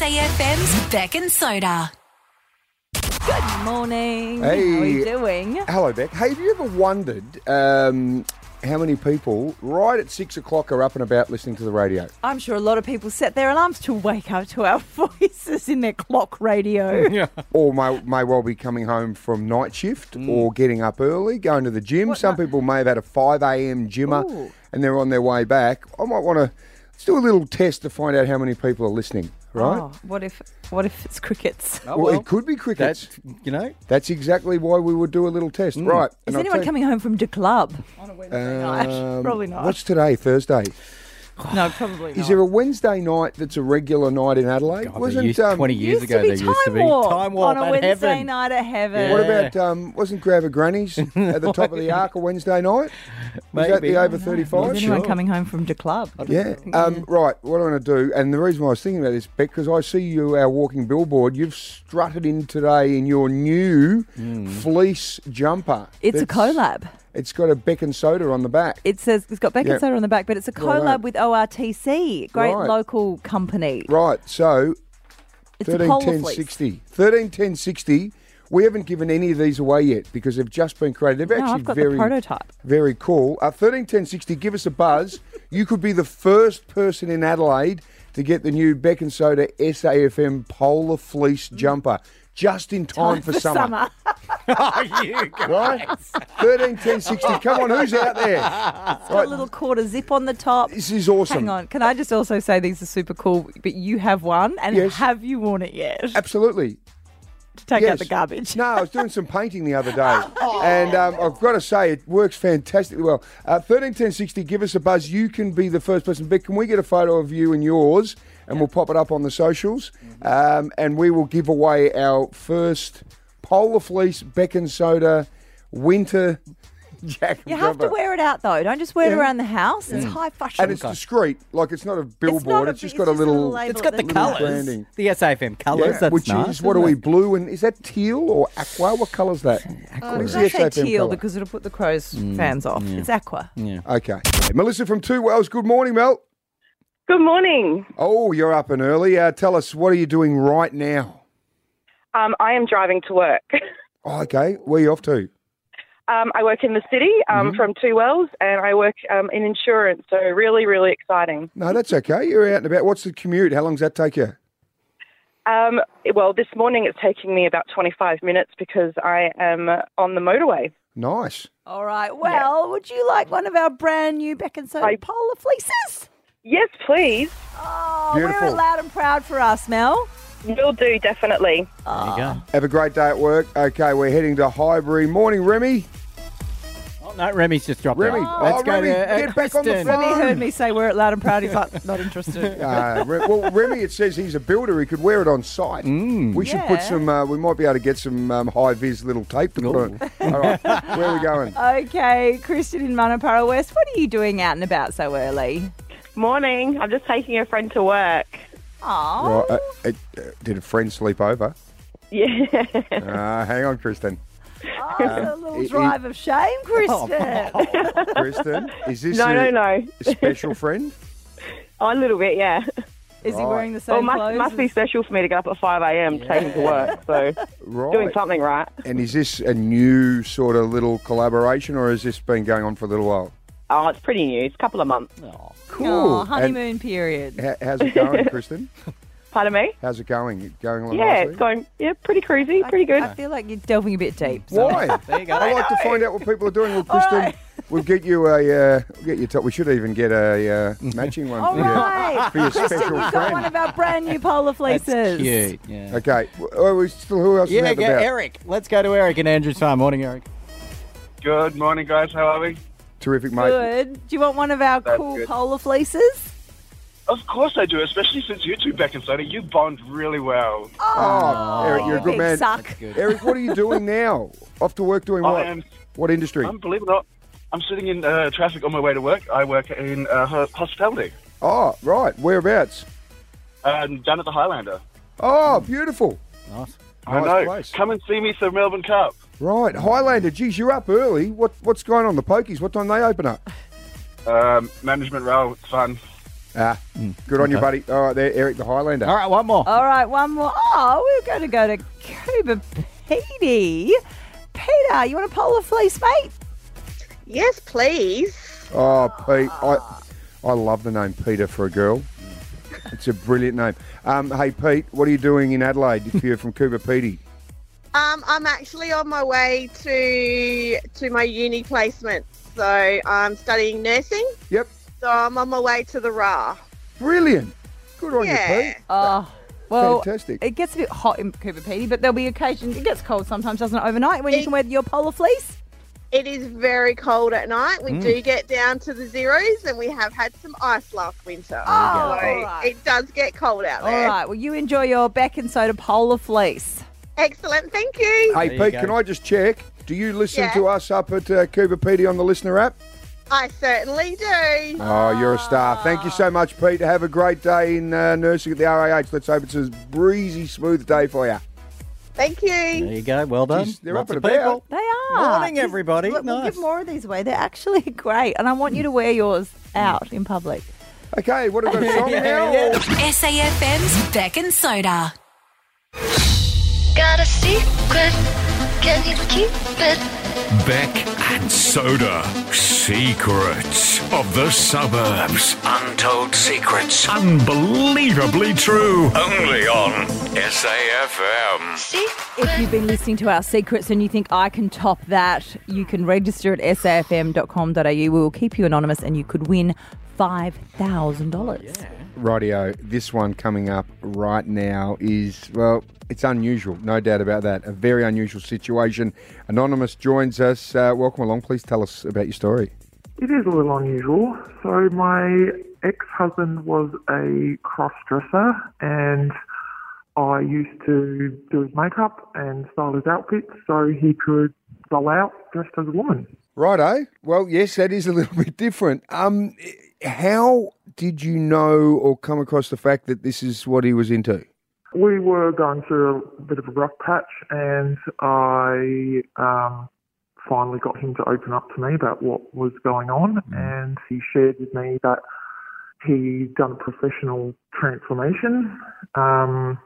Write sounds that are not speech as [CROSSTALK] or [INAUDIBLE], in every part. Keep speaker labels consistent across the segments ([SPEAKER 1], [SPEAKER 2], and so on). [SPEAKER 1] SAFM's Beck and Soda.
[SPEAKER 2] Good morning.
[SPEAKER 3] [LAUGHS] Hey.
[SPEAKER 2] How are you doing?
[SPEAKER 3] Hello, Beck. Hey, have you ever wondered um, how many people right at six o'clock are up and about listening to the radio?
[SPEAKER 2] I'm sure a lot of people set their alarms to wake up to our [LAUGHS] voices in their clock radio.
[SPEAKER 3] Or may, may well be coming home from night shift
[SPEAKER 2] Mm.
[SPEAKER 3] or getting up early, going to the gym. Some people may have had a 5 a.m. gymmer
[SPEAKER 2] Ooh.
[SPEAKER 3] and they're on their way back. I might want to let's do a little test to find out how many people are listening, right?
[SPEAKER 2] Oh, what if what if it's crickets?
[SPEAKER 4] Oh,
[SPEAKER 3] well, it could be crickets.
[SPEAKER 4] that, you know,
[SPEAKER 3] That's exactly why we would do a little test. Right.
[SPEAKER 2] Is
[SPEAKER 3] and I'll
[SPEAKER 2] anyone
[SPEAKER 3] tell-
[SPEAKER 2] coming home from the
[SPEAKER 3] [SIGHS]
[SPEAKER 2] club? [LAUGHS]
[SPEAKER 3] Um,
[SPEAKER 2] Probably not.
[SPEAKER 3] What's today, Thursday?
[SPEAKER 2] No, probably not.
[SPEAKER 3] Is there a Wednesday night that's a regular night in Adelaide?
[SPEAKER 4] God, they used-
[SPEAKER 3] um,
[SPEAKER 4] 20 years
[SPEAKER 2] used
[SPEAKER 4] ago
[SPEAKER 2] to be
[SPEAKER 4] there used to
[SPEAKER 2] time
[SPEAKER 4] be
[SPEAKER 2] warp
[SPEAKER 4] time warp
[SPEAKER 2] on a
[SPEAKER 4] at
[SPEAKER 2] Wednesday
[SPEAKER 4] heaven.
[SPEAKER 2] night at heaven.
[SPEAKER 3] What
[SPEAKER 4] Yeah.
[SPEAKER 3] about um, wasn't Grab a
[SPEAKER 4] [LAUGHS]
[SPEAKER 3] Granny's at the top of the arc a Wednesday night? Was that
[SPEAKER 4] Maybe.
[SPEAKER 3] the over
[SPEAKER 2] No,
[SPEAKER 3] thirty
[SPEAKER 2] Is
[SPEAKER 4] sure.
[SPEAKER 3] five?
[SPEAKER 2] anyone coming home from the club?
[SPEAKER 3] Yeah. Um, right. What I'm going to do, and the reason why I was thinking about this, Beck, because I see you our walking billboard. You've strutted in today in your new
[SPEAKER 4] Hmm.
[SPEAKER 3] fleece jumper.
[SPEAKER 2] It's a
[SPEAKER 3] That's-
[SPEAKER 2] collab.
[SPEAKER 3] It's got a Beck and soda on the back.
[SPEAKER 2] It says it's got Beck
[SPEAKER 3] Yeah.
[SPEAKER 2] and Soda on the back, but it's a collab
[SPEAKER 3] Righto.
[SPEAKER 2] with ORTC, great
[SPEAKER 3] Right.
[SPEAKER 2] local company.
[SPEAKER 3] Right. So
[SPEAKER 2] It's a
[SPEAKER 3] Thirteen
[SPEAKER 2] polar
[SPEAKER 3] ten
[SPEAKER 2] fleece.
[SPEAKER 3] sixty. Thirteen ten sixty. We haven't given any of these away yet because they've just been created. They've
[SPEAKER 2] No,
[SPEAKER 3] actually
[SPEAKER 2] I've got
[SPEAKER 3] very
[SPEAKER 2] the prototype.
[SPEAKER 3] very cool. Uh, thirteen ten sixty. Give us a buzz. you could be the first person in Adelaide to get the new Beck and Soda SAFM Polar Fleece jumper just in
[SPEAKER 2] [LAUGHS]
[SPEAKER 3] time, for, summer.
[SPEAKER 4] oh, you go.
[SPEAKER 3] Right? Thirteen ten sixty. Come on, who's out there?
[SPEAKER 2] Got a little quarter zip on the top.
[SPEAKER 3] This is awesome.
[SPEAKER 2] Hang on, can I just also say these are super cool? But you have one, and
[SPEAKER 3] Yes.
[SPEAKER 2] have you worn it yet? To
[SPEAKER 3] Absolutely.
[SPEAKER 2] take
[SPEAKER 3] Yeah,
[SPEAKER 2] out the garbage. Oh.
[SPEAKER 3] No, I was doing some painting the other
[SPEAKER 2] [LAUGHS]
[SPEAKER 3] day, and um, I've got to say it works fantastically well. Uh, Thirteen ten sixty, give us a buzz. You can be the first person. Vic, can we get a photo of you and yours, and we'll pop it up on the socials,
[SPEAKER 2] Mm-hmm.
[SPEAKER 3] um, and we will give away our first polar fleece Beck and Soda winter [LAUGHS] jacket.
[SPEAKER 2] You have to
[SPEAKER 3] jumper.
[SPEAKER 2] wear it out though. Don't just wear it
[SPEAKER 3] Yeah. Mm.
[SPEAKER 2] around the house. It's high fashion.
[SPEAKER 3] and it's discreet, like it's not a billboard. It's,
[SPEAKER 2] a- it's
[SPEAKER 3] just got a little.
[SPEAKER 2] label
[SPEAKER 4] It's got the
[SPEAKER 2] that-
[SPEAKER 4] colours.
[SPEAKER 3] branding.
[SPEAKER 4] The SAFM colours.
[SPEAKER 3] yeah,
[SPEAKER 4] that's
[SPEAKER 3] which
[SPEAKER 4] nice.
[SPEAKER 3] is what are we blue and is that teal or aqua? What colour's that?
[SPEAKER 2] I'm
[SPEAKER 3] What is
[SPEAKER 2] going to
[SPEAKER 3] the
[SPEAKER 2] Uh, say
[SPEAKER 3] SAFM
[SPEAKER 2] teal
[SPEAKER 3] colour?
[SPEAKER 2] because it'll put the crows'
[SPEAKER 3] Mm.
[SPEAKER 2] fans off. It's aqua.
[SPEAKER 3] Okay. Melissa from Two Wells, good morning, Mel.
[SPEAKER 5] Good morning.
[SPEAKER 3] Oh, you're up and early. Uh, tell us, what are you doing right now?
[SPEAKER 5] Um, I am driving to work. [LAUGHS]
[SPEAKER 3] Oh, okay. Where are you off to?
[SPEAKER 5] Um, I work in the city
[SPEAKER 6] Mm-hmm.
[SPEAKER 5] um, from Two Wells, and I work um, in insurance. So really, really exciting.
[SPEAKER 3] No, that's okay. You're out and about. What's the commute? How long's that take you?
[SPEAKER 5] Um, well, this morning it's taking me about 25 minutes because I am uh, on the motorway.
[SPEAKER 3] Nice.
[SPEAKER 2] All right. Well, would you like one of our brand new Beck and Soda
[SPEAKER 5] I-
[SPEAKER 2] polar fleeces?
[SPEAKER 5] Yes, please.
[SPEAKER 2] Oh, wear
[SPEAKER 3] Beautiful.
[SPEAKER 2] it loud and proud for us, Mel.
[SPEAKER 5] Will do definitely.
[SPEAKER 4] There you go.
[SPEAKER 3] Have a great day at work. Okay, we're heading to Highbury. Morning, Remy.
[SPEAKER 4] Oh, no, Remy's just dropped
[SPEAKER 3] Remy.
[SPEAKER 4] out.
[SPEAKER 3] Oh,
[SPEAKER 4] Let's go
[SPEAKER 3] Remy,
[SPEAKER 4] to uh,
[SPEAKER 3] get back on the
[SPEAKER 4] Kristen.
[SPEAKER 3] phone.
[SPEAKER 2] He heard me say wear it loud and proud. He's
[SPEAKER 3] [LAUGHS]
[SPEAKER 2] like, not interested. [LAUGHS]
[SPEAKER 3] Uh, Re- well, Remy, it says he's a builder. He could wear it on site.
[SPEAKER 4] Hmm.
[SPEAKER 3] we should put
[SPEAKER 2] Mm. Yeah.
[SPEAKER 3] some, uh, we might be able to get some um, high vis little tape to put on. it. All right, where are we going?
[SPEAKER 2] okay, Christian in Manapara West, what are you doing out and about so early?
[SPEAKER 6] Morning. I'm just taking a friend to
[SPEAKER 5] [LAUGHS]
[SPEAKER 6] work.
[SPEAKER 2] [LAUGHS] Oh,
[SPEAKER 3] Right, uh, uh, uh, did a friend sleep over?
[SPEAKER 6] Yeah.
[SPEAKER 3] Uh, hang on, Kristen.
[SPEAKER 2] a little
[SPEAKER 3] Um, it- Oh, it-
[SPEAKER 2] drive of
[SPEAKER 3] [LAUGHS]
[SPEAKER 2] shame, Kristen.
[SPEAKER 3] Kristen, is this
[SPEAKER 6] No, no,
[SPEAKER 3] your
[SPEAKER 6] no.
[SPEAKER 3] special friend?
[SPEAKER 6] Oh, a little bit, yeah.
[SPEAKER 2] [LAUGHS] Is he
[SPEAKER 3] Right.
[SPEAKER 2] wearing the same
[SPEAKER 6] Well, must,
[SPEAKER 2] clothes?
[SPEAKER 6] must be special for me to get up at 5 a.m. to take him to work. So,
[SPEAKER 3] Right.
[SPEAKER 6] doing something right.
[SPEAKER 3] And is this a new sort of little collaboration, or has this been going on for a little while?
[SPEAKER 6] Oh, it's pretty new. It's a couple of months.
[SPEAKER 4] Oh,
[SPEAKER 3] Cool.
[SPEAKER 2] Oh,
[SPEAKER 3] And
[SPEAKER 2] honeymoon period.
[SPEAKER 3] ho- how's it going, Kristen?
[SPEAKER 6] Pardon me?
[SPEAKER 3] How's it going? It Going along
[SPEAKER 6] Yeah,
[SPEAKER 3] nicely?
[SPEAKER 6] it's going, yeah, pretty cruisy, pretty good.
[SPEAKER 2] I feel like you're delving a bit deep.
[SPEAKER 3] Why?
[SPEAKER 4] there you go.
[SPEAKER 3] I like to find out what people are doing. Well, Kristen,
[SPEAKER 2] right.
[SPEAKER 3] we'll get you a. Uh, we'll get you top. We should even get a uh, matching one
[SPEAKER 2] All
[SPEAKER 3] for, your,
[SPEAKER 2] right.
[SPEAKER 3] for your
[SPEAKER 2] Kristen,
[SPEAKER 3] [LAUGHS] special
[SPEAKER 2] you've got one
[SPEAKER 3] friend.
[SPEAKER 2] of our brand new polar
[SPEAKER 4] That's
[SPEAKER 2] fleeces.
[SPEAKER 4] cute. Yeah.
[SPEAKER 3] Okay. w- Oh, we still. Who else
[SPEAKER 4] Yeah,
[SPEAKER 3] is out
[SPEAKER 4] go
[SPEAKER 3] about?
[SPEAKER 4] Eric. Let's go to Eric and Andrew's farm. Morning, Eric.
[SPEAKER 7] Good morning, guys. How are we?
[SPEAKER 3] Terrific, mate.
[SPEAKER 2] Good. Do you want one of our
[SPEAKER 7] That's
[SPEAKER 2] cool
[SPEAKER 7] good.
[SPEAKER 2] polar fleeces?
[SPEAKER 7] Of course I do, especially since you two back and soda. You bond really well.
[SPEAKER 3] Oh, Eric, you're a
[SPEAKER 2] you
[SPEAKER 3] good
[SPEAKER 2] big
[SPEAKER 3] man.
[SPEAKER 2] Suck.
[SPEAKER 4] Good.
[SPEAKER 3] Eric, what are you doing now? Off to work doing what?
[SPEAKER 7] I am,
[SPEAKER 3] What industry?
[SPEAKER 7] I'm believe it or not, I'm sitting in uh, traffic on my way to work. I work in uh, ho- hospitality.
[SPEAKER 3] Oh, right. Whereabouts?
[SPEAKER 7] Um, down at the Highlander.
[SPEAKER 3] Oh, beautiful.
[SPEAKER 4] Nice.
[SPEAKER 7] I
[SPEAKER 3] Nice
[SPEAKER 7] know.
[SPEAKER 3] place.
[SPEAKER 7] Come and see me for Melbourne Cup.
[SPEAKER 3] Right, Highlander. Geez, you're up early. What what's going on the pokies? What time they open up?
[SPEAKER 7] Um, management role, it's fun.
[SPEAKER 3] Ah, good on you, buddy. All right, there, Eric the Highlander.
[SPEAKER 4] All right, one more.
[SPEAKER 2] All right, one more. Oh, we're going to go to Cooper Petey. Peter, you want to poll the fleece, mate?
[SPEAKER 8] Yes, please.
[SPEAKER 3] Oh, Pete, I, I love the name Peter for a girl. It's a brilliant name. Um, hey, Pete, what are you doing in Adelaide if you're from Cooper Petey?
[SPEAKER 8] Um, I'm actually on my way to to my uni placement. So I'm studying nursing.
[SPEAKER 3] Yep,
[SPEAKER 8] So I'm on my way to the RA.
[SPEAKER 3] brilliant. Good on you,
[SPEAKER 8] Yeah.
[SPEAKER 3] Pete.
[SPEAKER 2] Oh, well,
[SPEAKER 3] Fantastic.
[SPEAKER 2] it gets a bit hot in Cooper Petey, but there'll be occasions it gets cold sometimes, doesn't it, overnight when you can wear your polar fleece?
[SPEAKER 8] It is very cold at night. We do get down to the zeros, and we have had some ice last winter.
[SPEAKER 2] Oh,
[SPEAKER 8] so
[SPEAKER 2] all right.
[SPEAKER 8] it does get cold out
[SPEAKER 2] All
[SPEAKER 8] there.
[SPEAKER 2] right, well, you enjoy your beck and soda polar fleece.
[SPEAKER 8] Excellent. Thank you.
[SPEAKER 3] Hey,
[SPEAKER 4] There you
[SPEAKER 3] Pete,
[SPEAKER 4] go.
[SPEAKER 3] can I just check? Do you listen
[SPEAKER 8] Yeah.
[SPEAKER 3] to us up at uh, Cooper Petey on the listener app?
[SPEAKER 8] I certainly do.
[SPEAKER 3] Oh, you're a star. Thank you so much, Pete. Have a great day in uh, nursing at the RAH. Let's hope it's a breezy, smooth day for you.
[SPEAKER 8] Thank you.
[SPEAKER 4] There you go. Well done.
[SPEAKER 3] Jeez, they're
[SPEAKER 4] Lots
[SPEAKER 3] up
[SPEAKER 4] of
[SPEAKER 3] and about.
[SPEAKER 4] people.
[SPEAKER 2] They are.
[SPEAKER 4] Morning,
[SPEAKER 2] Just-
[SPEAKER 4] everybody.
[SPEAKER 2] Look, We'll
[SPEAKER 4] Nice.
[SPEAKER 2] give more of these away. They're actually [LAUGHS] great, and I want you to wear yours out in public.
[SPEAKER 3] Okay, what have we got a
[SPEAKER 4] [LAUGHS]
[SPEAKER 3] song
[SPEAKER 4] Yeah,
[SPEAKER 3] now?
[SPEAKER 4] yeah.
[SPEAKER 1] SAFM's Beck and Soda.
[SPEAKER 9] Got a secret. Can you keep it?
[SPEAKER 10] Beck and Soda. Secrets of the suburbs. Untold secrets. Unbelievably true. Only on SAFM.
[SPEAKER 2] If you've been listening to our secrets and you think I can top that, you can register at safm.com.au. We will keep you anonymous and you could win $5,000.
[SPEAKER 3] Rightio, this one coming up right now is, well, it's unusual, no doubt about that. A very unusual situation. Anonymous joins us. Uh, welcome along. Please tell us about your story.
[SPEAKER 11] It is a little unusual. So my ex-husband was a cross-dresser and I used to do his makeup and style his outfits so he could go out dressed as a woman.
[SPEAKER 3] Righto. Well, yes, that is a [LAUGHS] little bit different. Um, how did you know or come across the fact that this is what he was into?
[SPEAKER 11] We were going through a bit of a rough patch and I um, finally got him to open up to me about what was going on and he shared with me that he'd done a professional transformation um,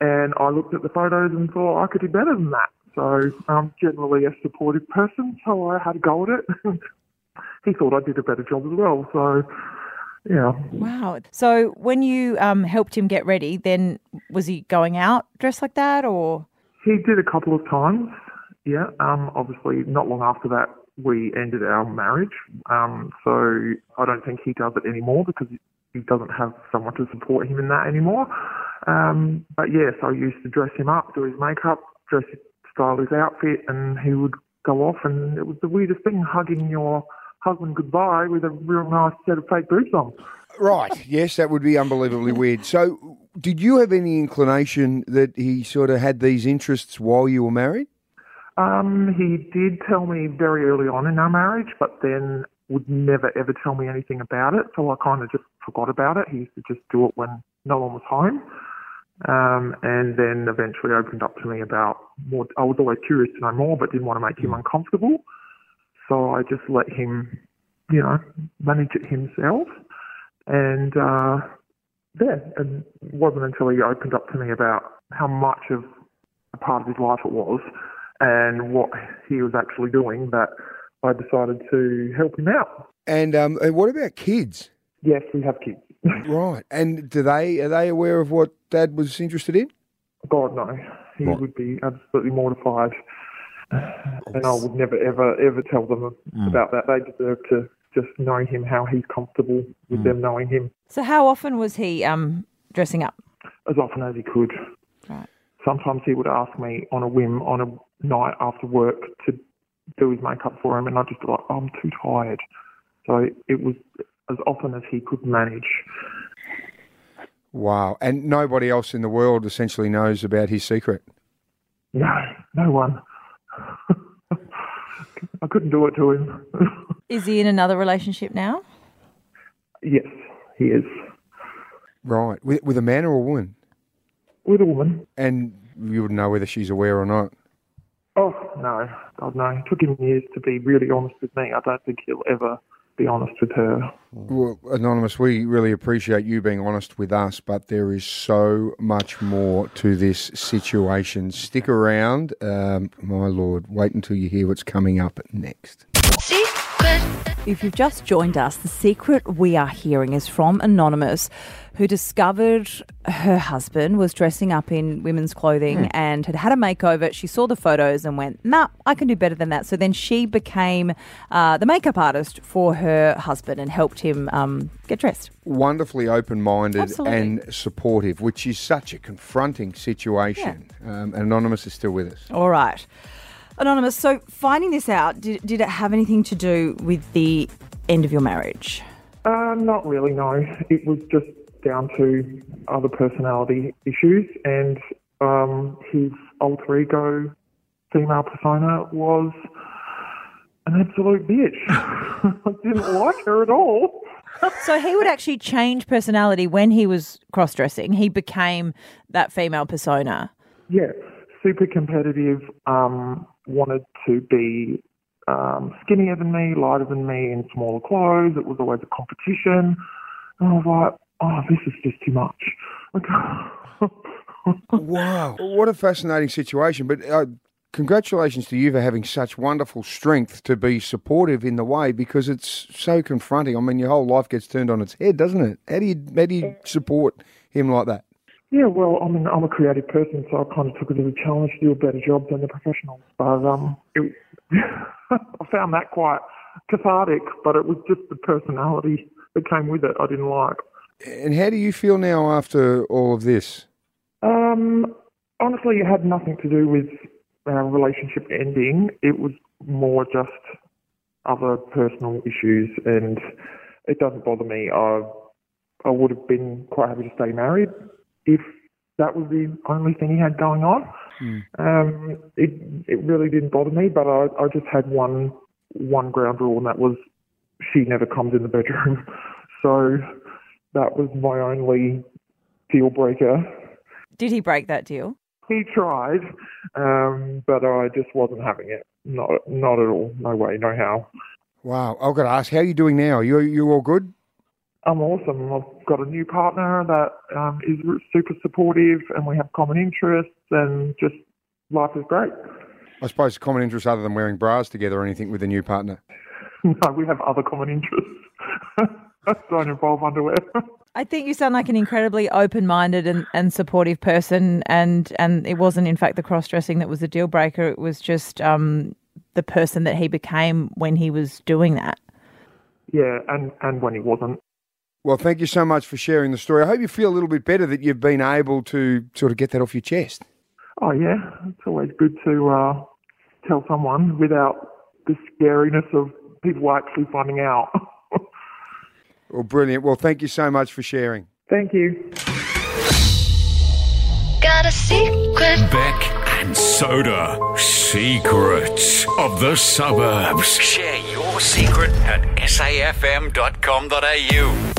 [SPEAKER 11] and I looked at the photos and thought I could do better than that. So I'm generally a supportive person, so I had a go at it. [LAUGHS] he thought I did a better job as well, so yeah.
[SPEAKER 12] Wow. So when you um, helped him get ready, then was he going out dressed like that or?
[SPEAKER 11] He did a couple of times. Yeah. Um, obviously, not long after that, we ended our marriage. Um, so I don't think he does it anymore because he doesn't have someone to support him in that anymore. Um, but yes, I used to dress him up, do his makeup, dress, style his outfit, and he would go off. And it was the weirdest thing hugging your husband goodbye with a real nice set of fake boobs on.
[SPEAKER 3] Right. Yes, that would be unbelievably weird. So, did you have any inclination that he sort of had these interests while you were married?
[SPEAKER 11] Um, he did tell me very early on in our marriage, but then would never ever tell me anything about it. So I kind of just forgot about it. He used to just do it when no one was home. Um, and then eventually opened up to me about more. I was always curious to know more, but didn't want to make him uncomfortable. So I just let him, you know, manage it himself. And uh, yeah, and it wasn't until he opened up to me about how much of a part of his life it was and what he was actually doing that I decided to help him out.
[SPEAKER 3] And, um, and what about kids?
[SPEAKER 11] Yes, we have kids. [LAUGHS]
[SPEAKER 3] Right. And do they are they aware of what Dad was interested in?
[SPEAKER 11] God, no. He
[SPEAKER 3] What?
[SPEAKER 11] would be absolutely mortified. And I would never, ever, ever tell them about that. They deserve to just know him how he's comfortable with them knowing him
[SPEAKER 12] So how often was he um, dressing up?
[SPEAKER 11] as often as he could.
[SPEAKER 12] Right.
[SPEAKER 11] Sometimes he would ask me on a whim on a night after work to do his makeup for him, and I'd just be like, I'm too tired. So it was as often as he could manage.
[SPEAKER 3] Wow. And nobody else in the world essentially knows about his secret.
[SPEAKER 11] No, no one. [LAUGHS] I couldn't do it to him. [LAUGHS]
[SPEAKER 12] Is he in another relationship now?
[SPEAKER 11] yes, he is.
[SPEAKER 3] Right. With, with a man or a woman?
[SPEAKER 11] With a woman.
[SPEAKER 3] And you would know whether she's aware or not.
[SPEAKER 11] Oh, no. God, no. It took him years to be really honest with me. I don't think he'll ever be honest with her.
[SPEAKER 3] Well, Anonymous, we really appreciate you being honest with us, but there is so much more to this situation. Stick around. Um, my Lord, wait until you hear what's coming up next.
[SPEAKER 2] If you've just joined us, the secret we are hearing is from Anonymous, who discovered her husband was dressing up in women's clothing
[SPEAKER 12] Hmm.
[SPEAKER 2] and had had a makeover. She saw the photos and went, nah, I can do better than that. So then she became uh, the makeup artist for her husband and helped him um, get dressed.
[SPEAKER 3] Wonderfully open minded
[SPEAKER 2] Absolutely.
[SPEAKER 3] and supportive, which is such a confronting situation. Um, and Anonymous is still with us.
[SPEAKER 2] All right. Anonymous, so finding this out, did, did it have anything to do with the end of your marriage?
[SPEAKER 11] Uh, not really, no. It was just down to other personality issues, and um, his alter ego female persona was an absolute bitch. [LAUGHS] I didn't like her at all.
[SPEAKER 12] [LAUGHS] so he would actually change personality when he was cross dressing. He became that female persona.
[SPEAKER 11] Yeah, super competitive. Um, wanted to be um, skinnier than me, lighter than me, in smaller clothes. It was always a competition. And I was like, oh, this is just too much. [LAUGHS]
[SPEAKER 3] wow. What a fascinating situation. But uh, congratulations to you for having such wonderful strength to be supportive in the way because it's so confronting. I mean, your whole life gets turned on its head, doesn't it? How do you, how do you support him like that?
[SPEAKER 11] Yeah, well, I mean, I'm a creative person, so I kind of took it as a challenge to do a better job than the professionals. But um, it, [LAUGHS] I found that quite cathartic, but it was just the personality that came with it I didn't like.
[SPEAKER 3] And how do you feel now after all of this?
[SPEAKER 11] Um, honestly, it had nothing to do with our relationship ending. It was more just other personal issues, and it doesn't bother me. I I would have been quite happy to stay married if that was the only thing he had going on. Um, it it really didn't bother me, but I, I just had one one ground rule, and that was she never comes in the bedroom. [LAUGHS] So that was my only deal breaker.
[SPEAKER 12] Did he break that deal?
[SPEAKER 11] He tried, um, but I just wasn't having it. Not not at all. No way. No how.
[SPEAKER 3] Wow, I've got to ask, how are you doing now? You you all good?
[SPEAKER 11] I'm awesome. I've got a new partner that um, is r- super supportive, and we have common interests, and just life is great. [LAUGHS]
[SPEAKER 3] I suppose common interests other than wearing bras together or anything with a new partner.
[SPEAKER 11] No, we have other common interests [LAUGHS] that don't involve underwear. [LAUGHS]
[SPEAKER 12] I think you sound like an incredibly open minded and, and supportive person and, and it wasn't in fact the cross dressing that was the deal breaker, it was just um, the person that he became when he was doing that.
[SPEAKER 11] yeah, and and when he wasn't.
[SPEAKER 3] Well, thank you so much for sharing the story. I hope you feel a little bit better that you've been able to sort of get that off your chest.
[SPEAKER 11] Oh yeah, it's always good to uh, tell someone without the scariness of people actually finding out. [LAUGHS]
[SPEAKER 3] Well, brilliant. Well, thank you so much for sharing.
[SPEAKER 11] Thank you.
[SPEAKER 9] Got a secret.
[SPEAKER 10] Beck and Soda, Secrets of the Suburbs. Share your secret at safm.com.au.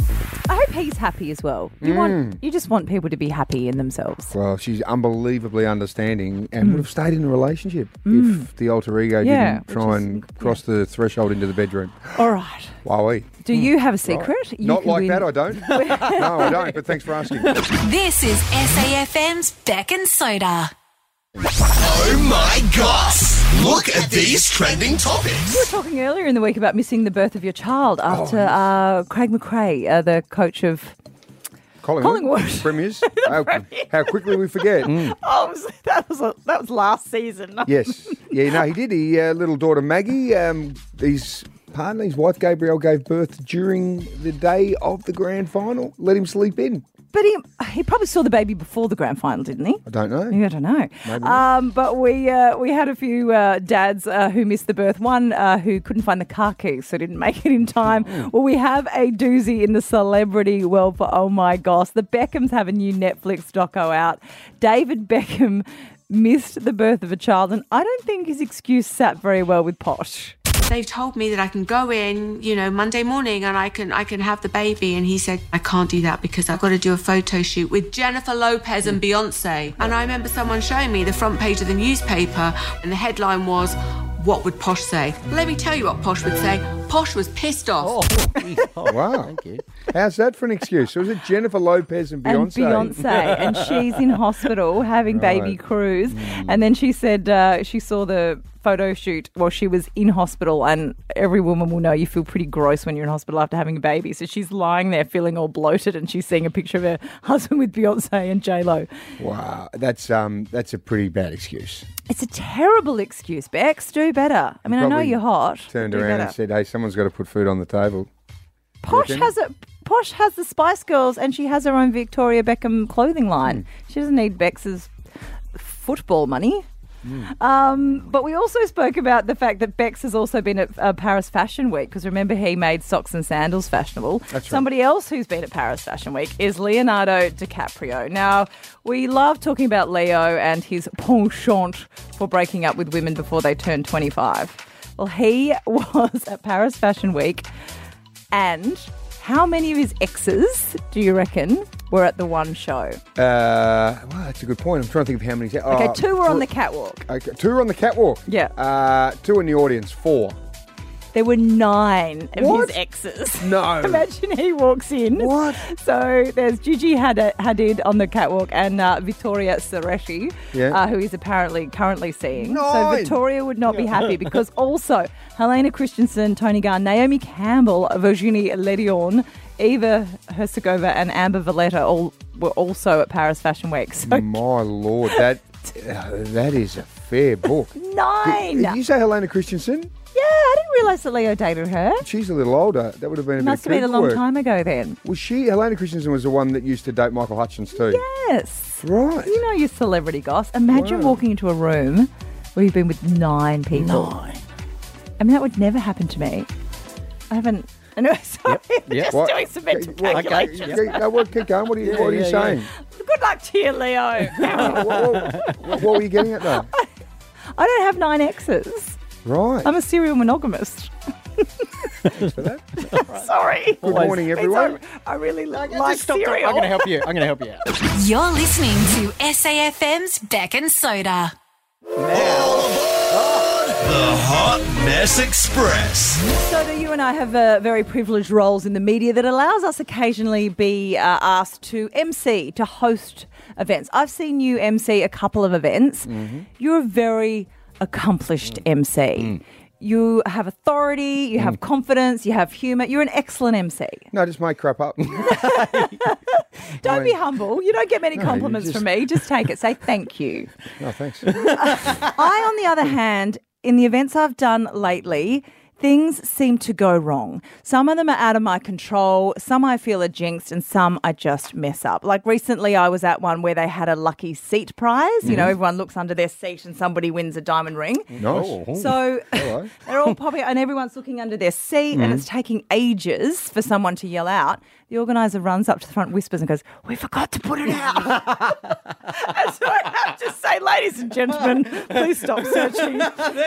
[SPEAKER 2] I hope he's happy as well. You want,
[SPEAKER 3] Mm.
[SPEAKER 2] you just want people to be happy in themselves.
[SPEAKER 3] Well, she's unbelievably understanding and would have stayed in a relationship
[SPEAKER 2] Mm.
[SPEAKER 3] if the alter ego
[SPEAKER 2] Yeah,
[SPEAKER 3] didn't try and cross the threshold into the bedroom.
[SPEAKER 2] All right.
[SPEAKER 3] Wowee.
[SPEAKER 2] Do you have a
[SPEAKER 3] Hmm. Right.
[SPEAKER 2] secret? You
[SPEAKER 3] Not
[SPEAKER 2] can
[SPEAKER 3] like
[SPEAKER 2] win-
[SPEAKER 3] that,
[SPEAKER 2] [LAUGHS]
[SPEAKER 3] I don't. no, I don't, but thanks for asking.
[SPEAKER 1] This is SAFM's Beck and Soda.
[SPEAKER 13] Oh my gosh! Look at these trending topics.
[SPEAKER 2] We were talking earlier in the week about missing the birth of your child
[SPEAKER 3] Oh,
[SPEAKER 2] after uh, Craig McRae, uh, the coach of.
[SPEAKER 3] Collingwood.
[SPEAKER 2] Collingwood. [LAUGHS]
[SPEAKER 3] Premiers. how, how quickly we forget.
[SPEAKER 12] [LAUGHS]
[SPEAKER 2] Mm.
[SPEAKER 12] Oh, [LAUGHS] that was that was last season.
[SPEAKER 3] Yes. Yeah, no, he did. He uh, little daughter Maggie, um, his partner, his wife Gabrielle, gave birth during the day of the grand final. Let him sleep in.
[SPEAKER 2] But he he probably saw the baby before the grand final, didn't he?
[SPEAKER 3] I don't know.
[SPEAKER 2] Yeah, I don't know.
[SPEAKER 3] Maybe not.
[SPEAKER 2] Um, but we uh, we had a few uh, dads uh, who missed the birth. One uh, who couldn't find the car keys, so didn't make it
[SPEAKER 3] Oh,
[SPEAKER 2] in time. Well, we have a doozy in the celebrity world for oh my gosh, the Beckhams have a new Netflix doco out. David Beckham missed the birth of a child, and I don't think his excuse sat very well with Posh.
[SPEAKER 14] They've told me that I can go in, you know, Monday morning and I can I can have the baby and he said I can't do that because I've got to do a photo shoot with Jennifer Lopez and Beyonce. And I remember someone showing me the front page of the newspaper and the headline was what would Posh say? Let me tell you what Posh would say. Posh was pissed off.
[SPEAKER 4] Oh, [LAUGHS]
[SPEAKER 3] wow. Thank you. How's that for an excuse? Was it Jennifer Lopez and
[SPEAKER 2] and
[SPEAKER 3] Beyonce?
[SPEAKER 2] Beyonce, and she's in
[SPEAKER 3] [LAUGHS]
[SPEAKER 2] hospital having baby
[SPEAKER 3] Right. Hmm.
[SPEAKER 2] Cruz. And then she said uh, she saw the photo shoot while she was in hospital, and every woman will know you feel pretty gross when you're in hospital after having a baby. So she's lying there feeling all bloated, and she's seeing a picture of her [LAUGHS] husband with Beyonce and J Lo.
[SPEAKER 3] Wow, that's um, that's a pretty bad excuse.
[SPEAKER 2] It's a terrible excuse, Bex. Do better. I mean, I know
[SPEAKER 3] Probably
[SPEAKER 2] you're hot.
[SPEAKER 3] Turned
[SPEAKER 2] Do
[SPEAKER 3] around
[SPEAKER 2] better.
[SPEAKER 3] and said, "Hey, someone's got to put food on the table."
[SPEAKER 2] Posh
[SPEAKER 3] reckon?
[SPEAKER 2] has a Posh has the Spice Girls, and she has her own Victoria Beckham clothing line. She doesn't need Bex's football money. Um, but we also spoke about the fact that Bex has also been at uh, Paris Fashion Week because remember he made socks and sandals fashionable.
[SPEAKER 12] right.
[SPEAKER 2] Somebody else who's been at Paris Fashion Week is Leonardo DiCaprio. Now we love talking about Leo and his penchant for breaking up with women before they turn twenty-five. Well, he [LAUGHS] was at Paris Fashion Week, and how many of his exes do you reckon were at the one show?
[SPEAKER 3] Uh, well, that's a good point. I'm trying to think of how many.
[SPEAKER 2] Okay,
[SPEAKER 3] oh,
[SPEAKER 2] two were on the catwalk.
[SPEAKER 3] Okay, two were on the catwalk.
[SPEAKER 2] Yeah.
[SPEAKER 3] Uh, two in the audience. Four.
[SPEAKER 2] There were nine of
[SPEAKER 3] What?
[SPEAKER 2] his exes.
[SPEAKER 3] No.
[SPEAKER 2] [LAUGHS] Imagine he walks in. What? So there's Gigi Hadid Hadid on the catwalk and uh, Victoria Sereti,
[SPEAKER 12] Yeah.
[SPEAKER 2] uh, who he's apparently currently seeing. So
[SPEAKER 12] Nine.
[SPEAKER 2] Victoria would not be happy because also Helena Christensen, Tony Garr, Naomi Campbell, Virginie Ledion, Eva Herzegovina, and Amber Valletta all were also at Paris Fashion Week. So
[SPEAKER 3] My lord, that uh, that is a fair book.
[SPEAKER 2] nine.
[SPEAKER 3] Did you say Helena Christensen?
[SPEAKER 2] Yeah, I didn't realise that Leo dated her.
[SPEAKER 3] She's a little older. That would have been a
[SPEAKER 2] Must
[SPEAKER 3] bit
[SPEAKER 2] have been a
[SPEAKER 3] of
[SPEAKER 2] long
[SPEAKER 3] work.
[SPEAKER 2] time ago then.
[SPEAKER 3] Was she Helena Christensen was the one that used to date Michael Hutchins too?
[SPEAKER 2] Yes.
[SPEAKER 3] Right.
[SPEAKER 2] You know your celebrity goss. Imagine walking into a room where you've been with nine people. Nine. I mean, that would never happen to me. I haven't. I know. [LAUGHS] Sorry, I'm
[SPEAKER 3] Yep.
[SPEAKER 2] just
[SPEAKER 3] What?
[SPEAKER 2] doing some mental
[SPEAKER 3] Okay, well, okay,
[SPEAKER 2] calculations.
[SPEAKER 3] okay, no, what, keep going. What are you,
[SPEAKER 2] Yeah,
[SPEAKER 3] what are you
[SPEAKER 2] yeah,
[SPEAKER 3] saying?
[SPEAKER 2] Good luck to you,
[SPEAKER 3] [LAUGHS]
[SPEAKER 2] Leo.
[SPEAKER 3] What, what were you getting at though?
[SPEAKER 2] I don't have nine exes.
[SPEAKER 3] Right.
[SPEAKER 2] I'm a serial monogamist. [LAUGHS] Sorry.
[SPEAKER 3] Good morning,
[SPEAKER 2] It's-
[SPEAKER 3] everyone.
[SPEAKER 2] I really like
[SPEAKER 4] stop that.
[SPEAKER 2] cereal.
[SPEAKER 4] I'm going to help you. I'm going to help you out.
[SPEAKER 1] You're listening to SAFM's Beck and Soda.
[SPEAKER 13] The Hot Mess Express.
[SPEAKER 2] So, do you and I have uh, very privileged roles in the media that allows us occasionally be uh, asked to MC, to host events. I've seen you MC a couple of events.
[SPEAKER 3] Mm-hmm.
[SPEAKER 2] You're a very accomplished
[SPEAKER 3] Mm.
[SPEAKER 2] MC. You have authority, you have confidence, you have humour. You're an excellent MC.
[SPEAKER 3] No, just make crap up. [LAUGHS]
[SPEAKER 2] Don't be humble. You don't get many
[SPEAKER 3] No, you
[SPEAKER 2] compliments
[SPEAKER 3] just-
[SPEAKER 2] from me. Just take it. Say thank you.
[SPEAKER 3] No, thanks.
[SPEAKER 2] I, on the other hand, in the events I've done lately, things seem to go wrong. Some of them are out of my control, some I feel are jinxed, and some I just mess up. Like recently, I was at one where they had a lucky seat prize. You know,
[SPEAKER 12] Mhm.
[SPEAKER 2] everyone looks under their seat and somebody wins a diamond ring.
[SPEAKER 12] Nice. Oh.
[SPEAKER 2] So
[SPEAKER 12] Hello.
[SPEAKER 2] [LAUGHS] they're all popping and everyone's looking under their seat,
[SPEAKER 12] Mhm.
[SPEAKER 2] and it's
[SPEAKER 3] Mm-hmm.
[SPEAKER 2] taking ages for someone to yell out. The organizer runs up to the front, whispers, and goes, We forgot to put it out. [LAUGHS] and so I have to say, ladies and gentlemen, please
[SPEAKER 3] [LAUGHS]
[SPEAKER 2] stop searching.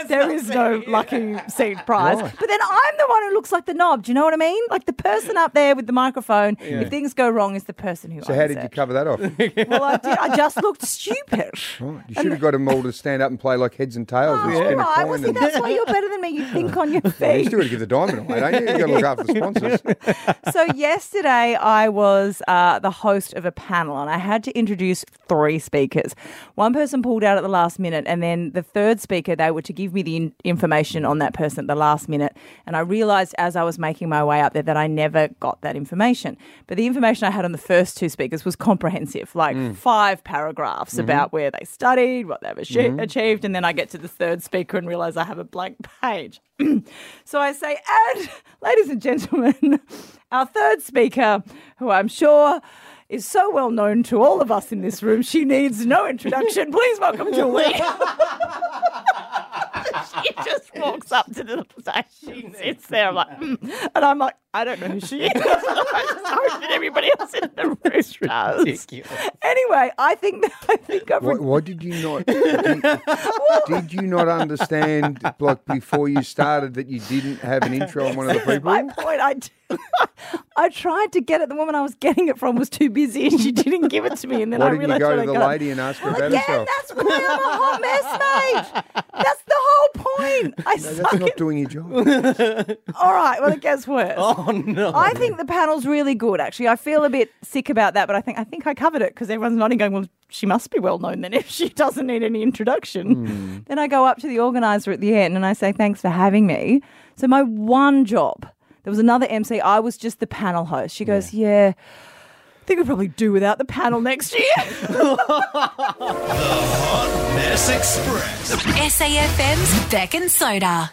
[SPEAKER 2] there is no lucky seat prize.
[SPEAKER 12] Right.
[SPEAKER 2] But then I'm the one who looks like the knob. Do you know what I mean? Like the person up there with the microphone,
[SPEAKER 3] Yeah.
[SPEAKER 2] if things go wrong, is the person who
[SPEAKER 3] so
[SPEAKER 2] owns
[SPEAKER 3] how did
[SPEAKER 2] it.
[SPEAKER 3] you cover that off?
[SPEAKER 2] well, I, did, I
[SPEAKER 3] [LAUGHS]
[SPEAKER 2] just looked stupid.
[SPEAKER 3] Right. You should have got them all to stand up and play like heads and tails. and
[SPEAKER 2] Oh,
[SPEAKER 3] spin
[SPEAKER 2] all
[SPEAKER 3] a
[SPEAKER 2] right.
[SPEAKER 3] coin
[SPEAKER 2] Well, see,
[SPEAKER 3] [LAUGHS] and-
[SPEAKER 2] that's why you're better than me. You think on
[SPEAKER 3] [LAUGHS]
[SPEAKER 2] your
[SPEAKER 3] Yeah, you
[SPEAKER 2] feet.
[SPEAKER 3] still got to give the diamond away, don't you? You got to look after the sponsors.
[SPEAKER 2] [LAUGHS] so yesterday I was uh, the host of a panel and I had to introduce three speakers. One person pulled out at the last minute, and then the third speaker they were to give me the in- information on that person at the last minute. And I realised as I was making my way up there that I never got that information. But the information I had on the first two speakers was comprehensive, like
[SPEAKER 12] Mm.
[SPEAKER 2] five paragraphs
[SPEAKER 12] Mhm.
[SPEAKER 2] about where they studied, what they've achi-
[SPEAKER 12] Mhm.
[SPEAKER 2] achieved, and then I get to the third speaker and realise I have a blank page. [CLEARS THROAT] So I say, and [LAUGHS] ladies and gentlemen, [LAUGHS] our third speaker, who I'm sure is so well known to all of us in this room, she needs no introduction. Please welcome Julie. [LAUGHS] she just walks up to the stage. She sits there. I'm like, "Mm." and I'm like, I don't know who she is. [LAUGHS] I just hope that everybody else in the room does. Anyway, I think I think I've
[SPEAKER 3] Why, why did you not? Did, did you not understand, like before you started, that you didn't have an intro on one of the
[SPEAKER 2] That's [LAUGHS]
[SPEAKER 3] people?
[SPEAKER 2] my point. I, I tried to get it. The woman I was getting it from was too busy and she didn't give it to me. And then
[SPEAKER 3] Why
[SPEAKER 2] I
[SPEAKER 3] didn't
[SPEAKER 2] realized
[SPEAKER 3] you
[SPEAKER 2] what
[SPEAKER 3] go to
[SPEAKER 2] I
[SPEAKER 3] the
[SPEAKER 2] got.
[SPEAKER 3] lady and ask her
[SPEAKER 2] Well,
[SPEAKER 3] about
[SPEAKER 2] again,
[SPEAKER 3] herself? [LAUGHS]
[SPEAKER 2] that's why I'm a hot mess, mate. That's the whole point. mean? I
[SPEAKER 3] No, that's
[SPEAKER 2] suck
[SPEAKER 3] not
[SPEAKER 2] at-
[SPEAKER 3] doing your job.
[SPEAKER 2] All right, well it gets
[SPEAKER 3] [LAUGHS]
[SPEAKER 2] worse.
[SPEAKER 4] Oh no!
[SPEAKER 2] I think the panel's really good. Actually, I feel a bit sick about that, but I think I think I covered it because everyone's nodding, going, "Well, she must be well known then if she doesn't need any introduction."
[SPEAKER 3] Hmm.
[SPEAKER 2] Then I go up to the organizer at the end and I say, "Thanks for having me." So my one job, there was another MC. I was just the panel host. She goes, "Yeah." I think we'll probably do without the panel next
[SPEAKER 3] [LAUGHS]
[SPEAKER 2] year.
[SPEAKER 13] Mess Express.
[SPEAKER 1] SAFM's Beck and Soda.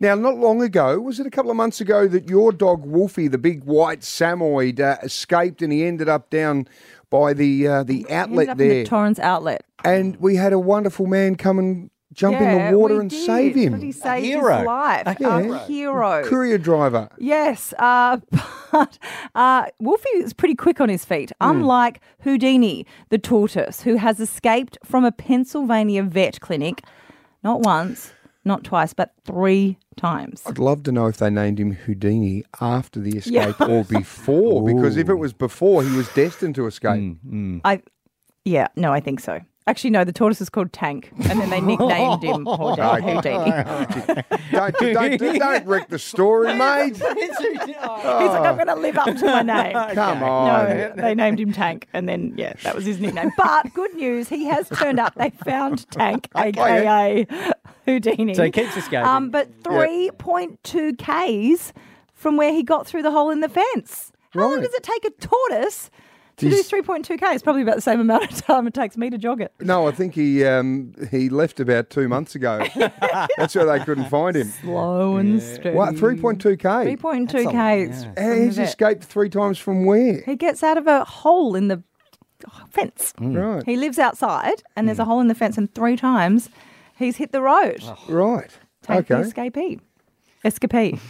[SPEAKER 3] Now, not long ago, was it a couple of months ago that your dog Wolfie, the big white Samoyed, uh, escaped and he ended up down by the uh, the
[SPEAKER 2] Ended
[SPEAKER 3] outlet
[SPEAKER 2] up in
[SPEAKER 3] there,
[SPEAKER 2] the Torrens outlet.
[SPEAKER 3] and we had a wonderful man come and jump
[SPEAKER 2] Yeah,
[SPEAKER 3] in the water
[SPEAKER 2] we
[SPEAKER 3] and
[SPEAKER 2] did.
[SPEAKER 3] save him.
[SPEAKER 2] Bloody saved his
[SPEAKER 3] hero.
[SPEAKER 2] life.
[SPEAKER 3] A
[SPEAKER 2] A
[SPEAKER 3] hero.
[SPEAKER 2] hero.
[SPEAKER 3] Courier driver.
[SPEAKER 2] Yes, uh, [LAUGHS] but uh, Wolfie is pretty quick on his feet, unlike Houdini, the tortoise, who has escaped from a Pennsylvania vet clinic not once, not twice, but three times.
[SPEAKER 3] I'd love to know if they named him Houdini after the
[SPEAKER 2] Yeah.
[SPEAKER 3] escape
[SPEAKER 2] [LAUGHS]
[SPEAKER 3] or before, because if it was before, he was destined to escape.
[SPEAKER 2] I, yeah, no, I think so. Actually, no, the tortoise is called Tank, and then they nicknamed him poor dad,
[SPEAKER 3] Okay.
[SPEAKER 2] Houdini.
[SPEAKER 3] don't, don't, don't wreck
[SPEAKER 2] [LAUGHS]
[SPEAKER 3] the story, mate.
[SPEAKER 2] He's like, I'm going to live up to my name.
[SPEAKER 3] Come on.
[SPEAKER 2] No, they named him Tank, and then yeah, that was his nickname. But good news, he has turned up. They found
[SPEAKER 3] [LAUGHS]
[SPEAKER 2] Tank, aka Houdini.
[SPEAKER 4] So he keeps escaping.
[SPEAKER 2] Um, but
[SPEAKER 4] Yeah.
[SPEAKER 2] three point two k's from where he got through the hole in the fence. How long
[SPEAKER 3] Right.
[SPEAKER 2] does it take a tortoise? To do
[SPEAKER 3] Jeez.
[SPEAKER 2] 3.2k It's probably about the same amount of time it takes me to jog it.
[SPEAKER 3] No, I think he um, he left about two
[SPEAKER 2] [LAUGHS]
[SPEAKER 3] months ago. That's why they couldn't find him.
[SPEAKER 2] Slow and steady.
[SPEAKER 3] What? Three point two k.
[SPEAKER 2] 3.2k's. from the
[SPEAKER 3] He's
[SPEAKER 2] vet.
[SPEAKER 3] escaped three times from where?
[SPEAKER 2] He gets out of a hole in the fence.
[SPEAKER 3] Right.
[SPEAKER 2] He lives outside, and there's a hole in the fence, and three times he's hit the road.
[SPEAKER 3] Right.
[SPEAKER 2] Take the
[SPEAKER 3] Oh. okay.
[SPEAKER 2] escapee. Escapee.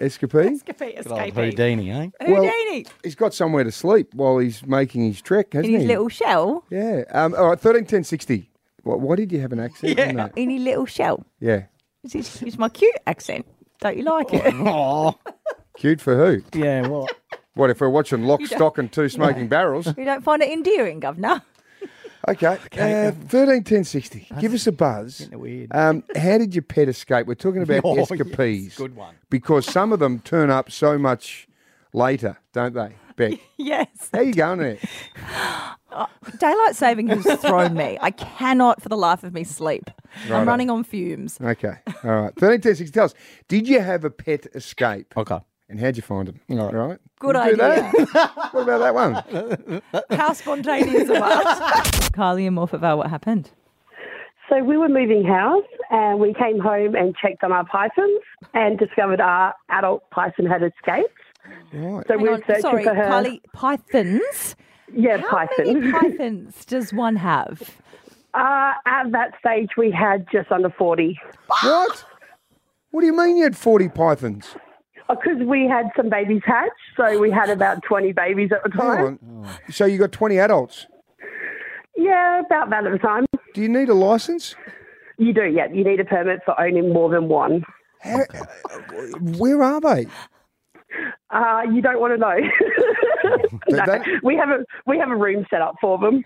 [SPEAKER 3] Escapee.
[SPEAKER 2] escapee.
[SPEAKER 4] Good old
[SPEAKER 2] Escapee.
[SPEAKER 4] Houdini, eh?
[SPEAKER 2] Houdini.
[SPEAKER 3] He's got somewhere to sleep while he's making his trek, hasn't
[SPEAKER 2] in his
[SPEAKER 3] he?
[SPEAKER 2] little shell.
[SPEAKER 3] Yeah. Um, all right. Thirteen ten sixty. Why, why did you have an accent on that?
[SPEAKER 2] In his little shell.
[SPEAKER 3] Yeah.
[SPEAKER 2] It's, it's- it's my cute accent. Don't you like it?
[SPEAKER 3] Cute for who?
[SPEAKER 4] [LAUGHS] Yeah. What?
[SPEAKER 3] What if we're watching Lock,
[SPEAKER 2] You don't-
[SPEAKER 3] Stock, and Two
[SPEAKER 2] [LAUGHS]
[SPEAKER 3] Smoking Barrels?
[SPEAKER 2] you don't find it endearing, Governor? [LAUGHS]
[SPEAKER 3] Okay. Uh, Thirteen ten sixty. Give us a buzz. Um, how did your pet escape? We're talking about
[SPEAKER 4] Oh, yes,
[SPEAKER 3] escapees.
[SPEAKER 4] good one.
[SPEAKER 3] Because some of them turn up so much later, don't they, Beck?
[SPEAKER 2] Yes.
[SPEAKER 3] How you going there?
[SPEAKER 2] Daylight saving has thrown me. I cannot, for the life of me, sleep.
[SPEAKER 3] Righto.
[SPEAKER 2] I'm running on fumes.
[SPEAKER 3] Okay. All right. 13, 10, 16, tell us, did you have a pet escape?
[SPEAKER 4] Okay.
[SPEAKER 3] And how'd you find it? All right.
[SPEAKER 2] Good
[SPEAKER 3] We'll do
[SPEAKER 2] idea.
[SPEAKER 3] that. what about that one?
[SPEAKER 2] How spontaneous of us. Carly and Morfava, what happened?
[SPEAKER 15] So we were moving house and we came home and checked on our pythons and discovered our adult python had escaped.
[SPEAKER 3] Right.
[SPEAKER 15] So
[SPEAKER 2] Hang
[SPEAKER 15] we
[SPEAKER 2] on,
[SPEAKER 15] were searching
[SPEAKER 2] sorry,
[SPEAKER 15] for her.
[SPEAKER 2] Carly, pythons?
[SPEAKER 15] Yeah,
[SPEAKER 2] How many
[SPEAKER 15] python.
[SPEAKER 2] pythons [LAUGHS] does one have?
[SPEAKER 15] Uh, at that stage, we had just under 40.
[SPEAKER 3] What? What do you mean you had 40 pythons?
[SPEAKER 15] Because we had some babies hatched, so we had about 20 babies at the
[SPEAKER 3] Hang
[SPEAKER 15] time.
[SPEAKER 3] on. So you got 20 adults.
[SPEAKER 15] Yeah, about that at the time.
[SPEAKER 3] Do you need a license?
[SPEAKER 15] You do, yeah. You need a permit for owning more than one.
[SPEAKER 3] How, uh, where are they?
[SPEAKER 15] Uh, you don't want to know. [LAUGHS] no,
[SPEAKER 3] that-
[SPEAKER 15] we have a we have a room set up for them.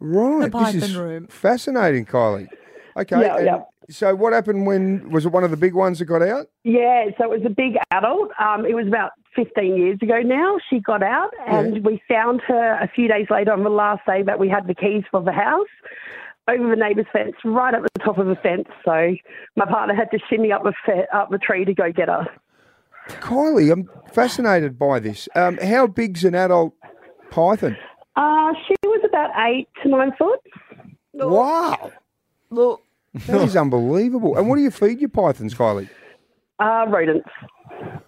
[SPEAKER 3] Right. this is
[SPEAKER 15] python room.
[SPEAKER 3] Fascinating, Kylie. Okay.
[SPEAKER 15] Yeah,
[SPEAKER 3] and
[SPEAKER 15] yeah.
[SPEAKER 3] So what happened when, was it one of the big ones that got out?
[SPEAKER 15] Yeah, so it was a big adult. Um, it was about 15 years ago now. She got out and we found her a few days later on the last day that we had the keys for the house over the neighbour's fence, right up the top of the fence. So my partner had to shimmy up the, fe- up the tree to go get her.
[SPEAKER 3] Kylie, I'm fascinated by this. Um, how big's an adult python?
[SPEAKER 15] Uh, she was about eight to nine foot.
[SPEAKER 3] Wow.
[SPEAKER 15] Look.
[SPEAKER 3] That is unbelievable. And what do you feed your pythons, Kylie?
[SPEAKER 15] Uh, rodents.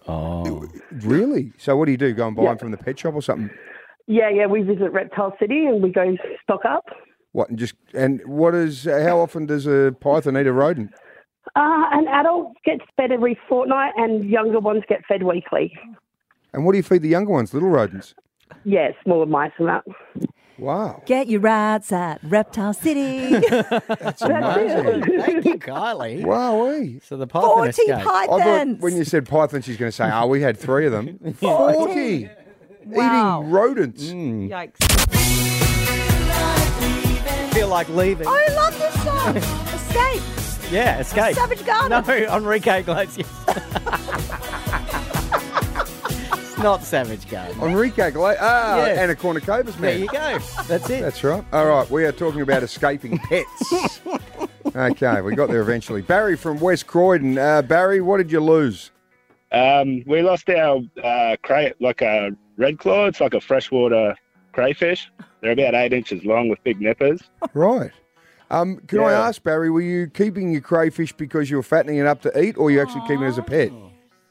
[SPEAKER 3] Oh. Really? So what do you do? Go and buy them from the pet shop or something?
[SPEAKER 15] Yeah, yeah, we visit Reptile City and we go stock up.
[SPEAKER 3] What and just and what is how often does a python eat a rodent?
[SPEAKER 15] Uh, an adult gets fed every fortnight and younger ones get fed weekly.
[SPEAKER 3] And what do you feed the younger ones, little rodents?
[SPEAKER 15] Yeah, smaller mice and that.
[SPEAKER 3] Wow.
[SPEAKER 2] Get your rides at Reptile [LAUGHS] City.
[SPEAKER 3] That's
[SPEAKER 15] Oh,
[SPEAKER 3] amazing.
[SPEAKER 4] Thank [LAUGHS] you, Kylie.
[SPEAKER 3] Wowee.
[SPEAKER 4] So the python
[SPEAKER 2] 40
[SPEAKER 4] escaped.
[SPEAKER 3] I thought when you said python, she's going to say, oh, we had three
[SPEAKER 4] [LAUGHS]
[SPEAKER 3] of them. 40.
[SPEAKER 2] Wow.
[SPEAKER 3] Eating rodents.
[SPEAKER 2] Yikes.
[SPEAKER 4] Feel like leaving.
[SPEAKER 2] Oh, I love this song. Escape.
[SPEAKER 4] Yeah, escape.
[SPEAKER 2] Savage Garden.
[SPEAKER 4] No, Enrique Iglesias. it's not Savage Garden.
[SPEAKER 3] Enrique Gla- ah,
[SPEAKER 4] Yeah.
[SPEAKER 3] Anna Kournikova, man.
[SPEAKER 4] There you go. That's it.
[SPEAKER 3] That's right. All right, we are talking about
[SPEAKER 4] [LAUGHS]
[SPEAKER 3] escaping pets. okay, we got there eventually. Barry from West Croydon. Uh, Barry, what did you lose?
[SPEAKER 16] Um, we lost our uh, cray, like a red claw. It's like a freshwater crayfish. They're about eight inches long with big nippers.
[SPEAKER 3] Right. Um, can I
[SPEAKER 16] Yeah.
[SPEAKER 3] ask, Barry, were you keeping your crayfish because you were fattening it up to eat, or you actually keeping it as a pet?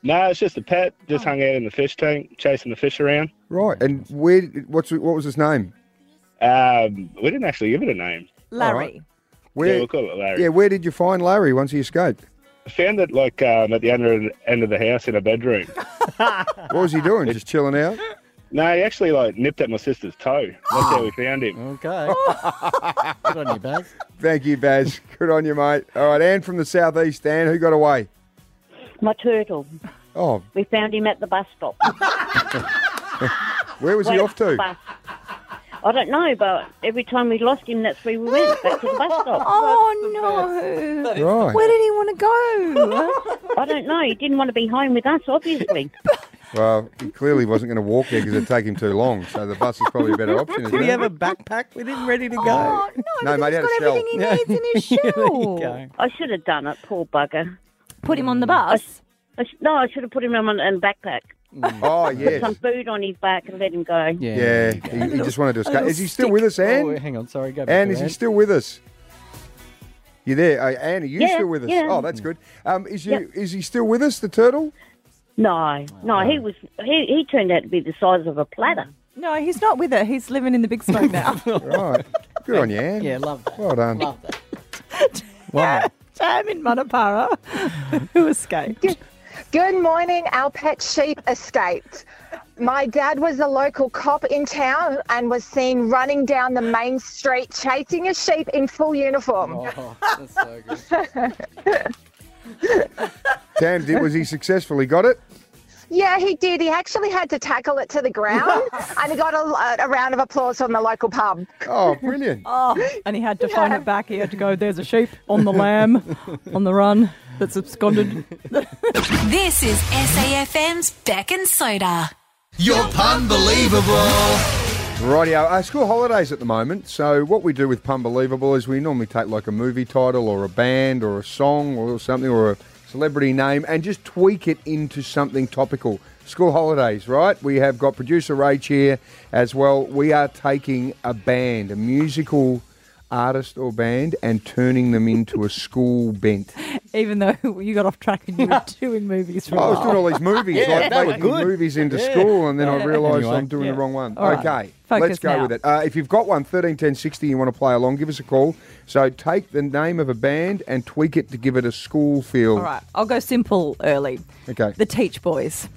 [SPEAKER 16] No, it's just a pet. Just hung out in the fish tank, chasing the fish around.
[SPEAKER 3] Right. And where? What's what was his name?
[SPEAKER 16] Um, we didn't actually give it a name.
[SPEAKER 2] Larry.
[SPEAKER 16] yeah, we'll call it Larry.
[SPEAKER 3] Yeah, where did you find Larry once he escaped?
[SPEAKER 16] Found it like um, at the under end of the house in a bedroom.
[SPEAKER 3] What was he doing? Just chilling out?
[SPEAKER 16] No, he actually like nipped at my sister's toe. That's how we found him.
[SPEAKER 4] Okay. Good on you, Baz.
[SPEAKER 3] Thank you, Baz. Good on you, mate. All right, Anne from the southeast. Anne, who got away?
[SPEAKER 17] My turtle.
[SPEAKER 3] Oh,
[SPEAKER 17] We found him at the bus stop.
[SPEAKER 3] where was he
[SPEAKER 17] Wait
[SPEAKER 3] off
[SPEAKER 17] for the
[SPEAKER 3] to?
[SPEAKER 17] bus. I don't know, but every time we lost him, that's where we went, back to the bus stop.
[SPEAKER 3] [LAUGHS]
[SPEAKER 2] Oh no!
[SPEAKER 3] the Right. best.
[SPEAKER 2] Where did he want
[SPEAKER 3] [LAUGHS]
[SPEAKER 2] to go?
[SPEAKER 17] I don't know. He didn't want to be home with us, obviously.
[SPEAKER 3] Well, he clearly wasn't going to walk there because it'd take him too long. So the bus is probably a better option. Isn't
[SPEAKER 4] Did he
[SPEAKER 3] it?
[SPEAKER 4] have a backpack with him ready to
[SPEAKER 2] Oh,
[SPEAKER 4] [LAUGHS] go?
[SPEAKER 3] no, mate, he had a shell.
[SPEAKER 2] in
[SPEAKER 3] [LAUGHS]
[SPEAKER 2] his
[SPEAKER 4] shell.
[SPEAKER 17] I should have done it, poor bugger.
[SPEAKER 2] Put him on the bus.
[SPEAKER 17] I sh- no, I should have put him on in a backpack.
[SPEAKER 3] Oh
[SPEAKER 17] Put
[SPEAKER 3] yes,
[SPEAKER 17] some food on his back and let him go.
[SPEAKER 3] yeah. He, he just wanted to
[SPEAKER 4] A
[SPEAKER 3] escape.
[SPEAKER 4] little
[SPEAKER 3] Is he still with us,
[SPEAKER 4] stick.
[SPEAKER 3] Anne?
[SPEAKER 4] Oh, hang on, sorry, go back
[SPEAKER 3] Anne,
[SPEAKER 4] to
[SPEAKER 3] is he
[SPEAKER 4] Anne.
[SPEAKER 3] still with us? You there, uh, Anne? Are you
[SPEAKER 17] Yeah,
[SPEAKER 3] still with us?
[SPEAKER 17] yeah.
[SPEAKER 3] Oh, that's good. Um, is you,
[SPEAKER 17] Yep.
[SPEAKER 3] is he still with us, the turtle?
[SPEAKER 17] No, no, he was he, he turned out to be the size of a platter.
[SPEAKER 2] No, he's not with her. He's living in the big
[SPEAKER 3] [LAUGHS]
[SPEAKER 2] smoke now.
[SPEAKER 3] Right. Good on you, Anne.
[SPEAKER 4] Yeah, love that.
[SPEAKER 3] Well done.
[SPEAKER 4] Love that.
[SPEAKER 3] Wow.
[SPEAKER 2] Tam in Manapara, [LAUGHS] who escaped.
[SPEAKER 18] Good morning. Our pet sheep escaped. My dad was a local cop in town and was seen running down the main street chasing a sheep in full uniform.
[SPEAKER 3] Oh.
[SPEAKER 4] [LAUGHS] that's so good.
[SPEAKER 3] Tam, did, was he successful? He got it.
[SPEAKER 18] Yeah, he did. He actually had to tackle it to
[SPEAKER 3] [LAUGHS]
[SPEAKER 18] the ground and he got a, a round of applause from the local pub.
[SPEAKER 3] Oh, brilliant.
[SPEAKER 2] Oh, and he had to phone it back. He had to go. There's a sheep on the lamb, on the run that's absconded.
[SPEAKER 1] This is SAFM's Beck and Soda.
[SPEAKER 13] You're unbelievable.
[SPEAKER 3] Righty, our Uh, school holidays at the moment. So what we do with Punbelievable is we normally take like a movie title or a band or a song or something or a celebrity name and just tweak it into something topical. School holidays, right? We have got producer Rach here as well. We are taking a band, a musical artist or band, and turning them into a school bent.
[SPEAKER 2] Even though you got off track and you were doing movies. For a
[SPEAKER 3] I was
[SPEAKER 2] while.
[SPEAKER 3] doing all these movies,
[SPEAKER 2] [LAUGHS] Yeah,
[SPEAKER 3] like
[SPEAKER 2] they were
[SPEAKER 3] making
[SPEAKER 2] good.
[SPEAKER 3] movies into
[SPEAKER 2] Yeah.
[SPEAKER 3] school, and then I
[SPEAKER 2] Yeah.
[SPEAKER 3] realised
[SPEAKER 2] Anyway,
[SPEAKER 3] I'm doing
[SPEAKER 2] yeah.
[SPEAKER 3] the wrong one.
[SPEAKER 2] All right.
[SPEAKER 3] Okay,
[SPEAKER 2] Focus
[SPEAKER 3] let's go
[SPEAKER 2] now.
[SPEAKER 3] with it. Uh, if you've got one, 13, 10, 60, you want to play along, give us a call. So take the name of a band and tweak it to give it a school feel.
[SPEAKER 2] All right, I'll go simple early.
[SPEAKER 3] Okay.
[SPEAKER 2] The Teach Boys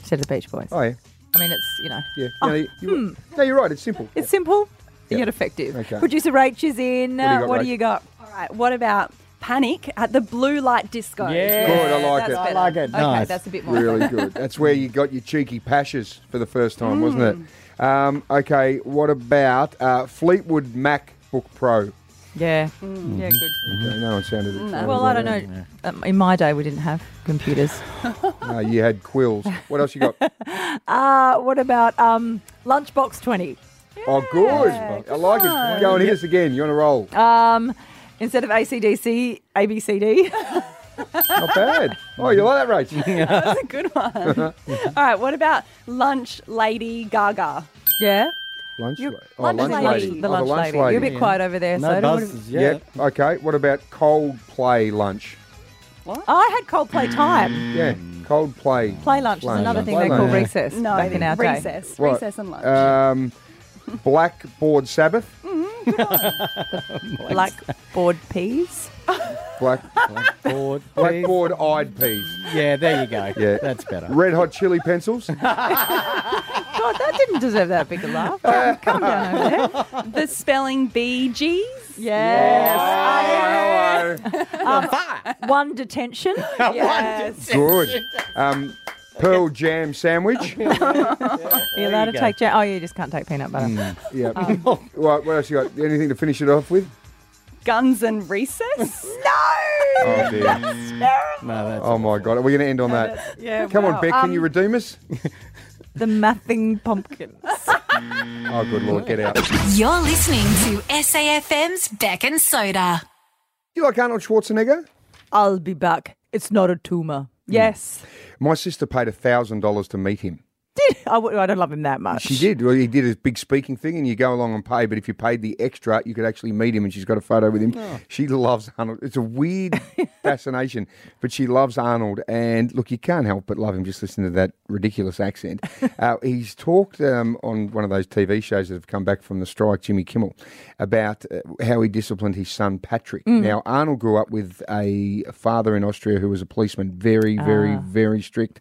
[SPEAKER 2] instead of the Beach Boys.
[SPEAKER 3] Oh, yeah.
[SPEAKER 2] I mean, it's you know.
[SPEAKER 3] Yeah.
[SPEAKER 2] Oh,
[SPEAKER 3] No, you, you- no, you're right. It's simple.
[SPEAKER 2] It's simple
[SPEAKER 3] Yeah.
[SPEAKER 2] and yet effective.
[SPEAKER 3] Okay.
[SPEAKER 2] Producer Rach is in.
[SPEAKER 3] What do you got,
[SPEAKER 2] Uh, what
[SPEAKER 3] Rach?
[SPEAKER 2] do you got? All right. What about Panic at the Blue Light Disco?
[SPEAKER 3] Yeah. Good, I like
[SPEAKER 2] that's
[SPEAKER 3] it. I
[SPEAKER 2] better.
[SPEAKER 3] like it,
[SPEAKER 2] Okay,
[SPEAKER 3] nice.
[SPEAKER 2] that's a bit more.
[SPEAKER 3] Really good. That's where you got your cheeky pashes for the first time, wasn't it?
[SPEAKER 2] Hmm.
[SPEAKER 3] Um, okay, what about uh, Fleetwood MacBook
[SPEAKER 2] Hmm.
[SPEAKER 3] Pro?
[SPEAKER 2] Yeah.
[SPEAKER 3] Mm.
[SPEAKER 2] Yeah. Good.
[SPEAKER 3] Okay, no one sounded it.
[SPEAKER 2] No. Mm, Well, I don't know. Um, in my day, we didn't have computers.
[SPEAKER 3] No, you had quills. What else you
[SPEAKER 2] [LAUGHS]
[SPEAKER 3] got?
[SPEAKER 2] uh, what about um, Lunchbox Twenty?
[SPEAKER 3] Oh, good. I like it.
[SPEAKER 2] one.
[SPEAKER 3] Go and hit us again. You're on a roll.
[SPEAKER 2] Um, instead of ACDC, [LAUGHS] ABCD. [LAUGHS]
[SPEAKER 3] Not bad. Oh, you like that,
[SPEAKER 19] That
[SPEAKER 3] Rach?
[SPEAKER 19] was a good one. All right, what about lunch lady Gaga?
[SPEAKER 2] Yeah.
[SPEAKER 3] lunch,
[SPEAKER 19] You-
[SPEAKER 3] la- oh,
[SPEAKER 19] lunch lady.
[SPEAKER 2] The lunch lady. You're a bit quiet over there, No so I don't wanna- buzzes, yeah.
[SPEAKER 3] Yep. Okay. What about Coldplay lunch?
[SPEAKER 2] Oh, I had Coldplay time.
[SPEAKER 3] Yeah. Coldplay.
[SPEAKER 2] Play lunch is another thing they call recess
[SPEAKER 19] No,
[SPEAKER 2] back in our day.
[SPEAKER 19] recess.
[SPEAKER 3] What?
[SPEAKER 19] Recess and
[SPEAKER 3] [LAUGHS]
[SPEAKER 19] lunch.
[SPEAKER 3] Um, Blackboard Sabbath.
[SPEAKER 2] Blackboard peas. [LAUGHS]
[SPEAKER 3] Black,
[SPEAKER 4] Blackboard.
[SPEAKER 3] blackboard eyed peas.
[SPEAKER 4] Yeah, there you go.
[SPEAKER 3] Yeah.
[SPEAKER 4] That's better.
[SPEAKER 3] Red hot
[SPEAKER 2] [LAUGHS]
[SPEAKER 3] chili pencils.
[SPEAKER 2] God, that didn't deserve that big a laugh. Come, come down over there.
[SPEAKER 19] the spelling bee Gees.
[SPEAKER 2] Yes. Um, one detention. yes.
[SPEAKER 3] Good. Um,
[SPEAKER 2] [LAUGHS]
[SPEAKER 3] Pearl jam sandwich.
[SPEAKER 2] You're allowed
[SPEAKER 3] you
[SPEAKER 2] to
[SPEAKER 3] go.
[SPEAKER 2] take jam. Oh, you just can't take peanut butter.
[SPEAKER 3] Yeah.
[SPEAKER 2] Um.
[SPEAKER 3] right, what else you got? Anything to finish it off with?
[SPEAKER 19] Guns and recess.
[SPEAKER 2] no. [LAUGHS]
[SPEAKER 3] Oh, dear.
[SPEAKER 4] No, that's
[SPEAKER 3] oh, my God. Are we going to end on that?
[SPEAKER 2] yeah,
[SPEAKER 3] Come
[SPEAKER 2] wow.
[SPEAKER 3] on, Beck. Can you
[SPEAKER 2] Um,
[SPEAKER 3] redeem us?
[SPEAKER 2] The Mathing Pumpkins.
[SPEAKER 3] Oh, good Lord. Get out.
[SPEAKER 1] You're listening to SAFM's Beck and Soda.
[SPEAKER 3] You like Arnold Schwarzenegger?
[SPEAKER 2] I'll be back. It's not a tumor. Yes. [LAUGHS]
[SPEAKER 3] My sister paid $1,000 to meet him.
[SPEAKER 2] Did I, w- I don't love him that much.
[SPEAKER 3] She did. Well, he did his big speaking thing, and you go along and pay. But if you paid the extra, you could actually meet him, and she's got a photo with him.
[SPEAKER 2] Oh.
[SPEAKER 3] She loves Arnold. It's a weird fascination, but she loves Arnold. And look, you can't help but love him just listening to that ridiculous accent. uh, he's talked um, on one of those TV shows that have come back from the strike, Jimmy Kimmel, about uh, how he disciplined his son Patrick.
[SPEAKER 20] Mm.
[SPEAKER 3] Now, Arnold grew up with a father in Austria who was a policeman, very, very,
[SPEAKER 20] Ah.
[SPEAKER 3] very strict.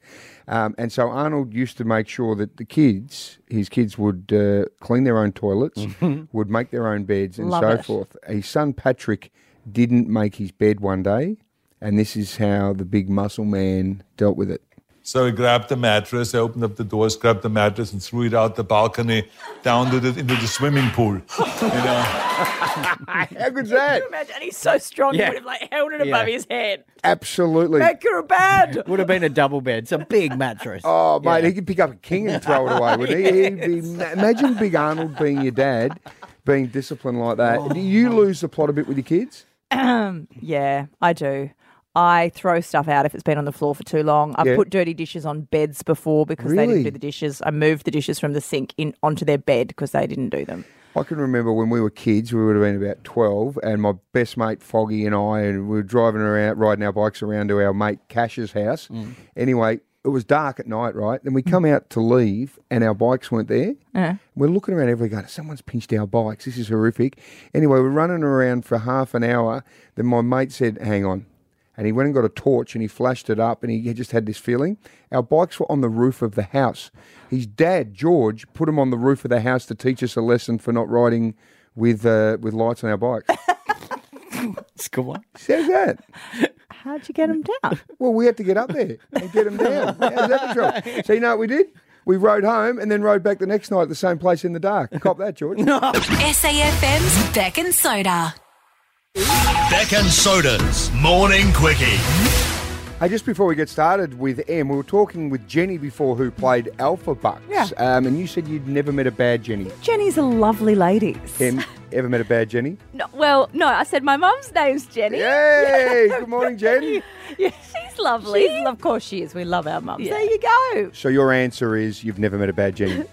[SPEAKER 3] Um, and so Arnold used to make sure that the kids, his kids, would uh, clean their own toilets, would make their own beds, and
[SPEAKER 20] Mm-hmm. Love
[SPEAKER 3] so
[SPEAKER 20] it.
[SPEAKER 3] forth. His son Patrick didn't make his bed one day, and this is how the big muscle man dealt with it.
[SPEAKER 21] So I grabbed the mattress, I opened up the doors, grabbed the mattress, and threw it out the balcony down to the, into the swimming pool. You know?
[SPEAKER 3] How good's that?
[SPEAKER 20] [LAUGHS]
[SPEAKER 2] imagine he's so strong,
[SPEAKER 4] Yeah.
[SPEAKER 2] he would have like held it
[SPEAKER 4] Yeah.
[SPEAKER 2] above his head.
[SPEAKER 3] Absolutely.
[SPEAKER 2] Make her a bed.
[SPEAKER 4] [LAUGHS] Would have been a double bed. It's a big mattress.
[SPEAKER 3] Oh, mate, he could pick up a king and throw it away, wouldn't he? He'd be, ma- imagine Big Arnold being your dad, being disciplined like that. Do you lose the plot a bit with your kids?
[SPEAKER 2] Um, yeah, I do. I throw stuff out if it's been on the floor for too long. I've
[SPEAKER 3] Yeah.
[SPEAKER 2] put dirty dishes on beds before because they didn't
[SPEAKER 3] Really?
[SPEAKER 2] do the dishes. I moved the dishes from the sink in onto their bed because they didn't do them.
[SPEAKER 3] I can remember when we were kids, we would have been about 12, and my best mate Foggy and I, and we were driving around, riding our bikes around to our mate Cash's house. Anyway, it was dark at night, right? Then we come out to leave, and our bikes weren't there.
[SPEAKER 2] Yeah.
[SPEAKER 3] We're looking around everywhere going, someone's pinched our bikes. This is horrific. Anyway, we're running around for half an hour. Then my mate said, hang on. And he went and got a torch and he flashed it up and he just had this feeling. Our bikes were on the roof of the house. His dad, George, put him on the roof of the house to teach us a lesson for not riding with uh, with lights on our bikes. [LAUGHS]
[SPEAKER 4] It's a good one.
[SPEAKER 3] Says that.
[SPEAKER 2] How'd you get them down?
[SPEAKER 3] Well, we had to get up there and get him
[SPEAKER 4] [LAUGHS]
[SPEAKER 3] down. How's that for trouble? So you know what we did? We rode home and then rode back the next night at the same place in the dark. Cop that, George.
[SPEAKER 4] [LAUGHS]
[SPEAKER 1] SAFM's Beck and Soda.
[SPEAKER 13] Beck and Soda's Morning Quickie.
[SPEAKER 3] Hey, just before we get started with M, we were talking with Jenny before who played Alpha Bucks.
[SPEAKER 2] Yeah.
[SPEAKER 3] Um, and you said you'd never met a bad Jenny.
[SPEAKER 2] Jenny's a lovely lady.
[SPEAKER 22] [LAUGHS]
[SPEAKER 3] Em, ever met a bad Jenny?
[SPEAKER 22] No, well, no, I said my mum's name's Jenny. [LAUGHS]
[SPEAKER 3] Yay! Good morning, Jenny.
[SPEAKER 22] She's lovely.
[SPEAKER 2] She's- of course she is. We love our mums.
[SPEAKER 22] There you go.
[SPEAKER 3] So your answer is you've never met a
[SPEAKER 22] [LAUGHS]
[SPEAKER 3] bad Jenny.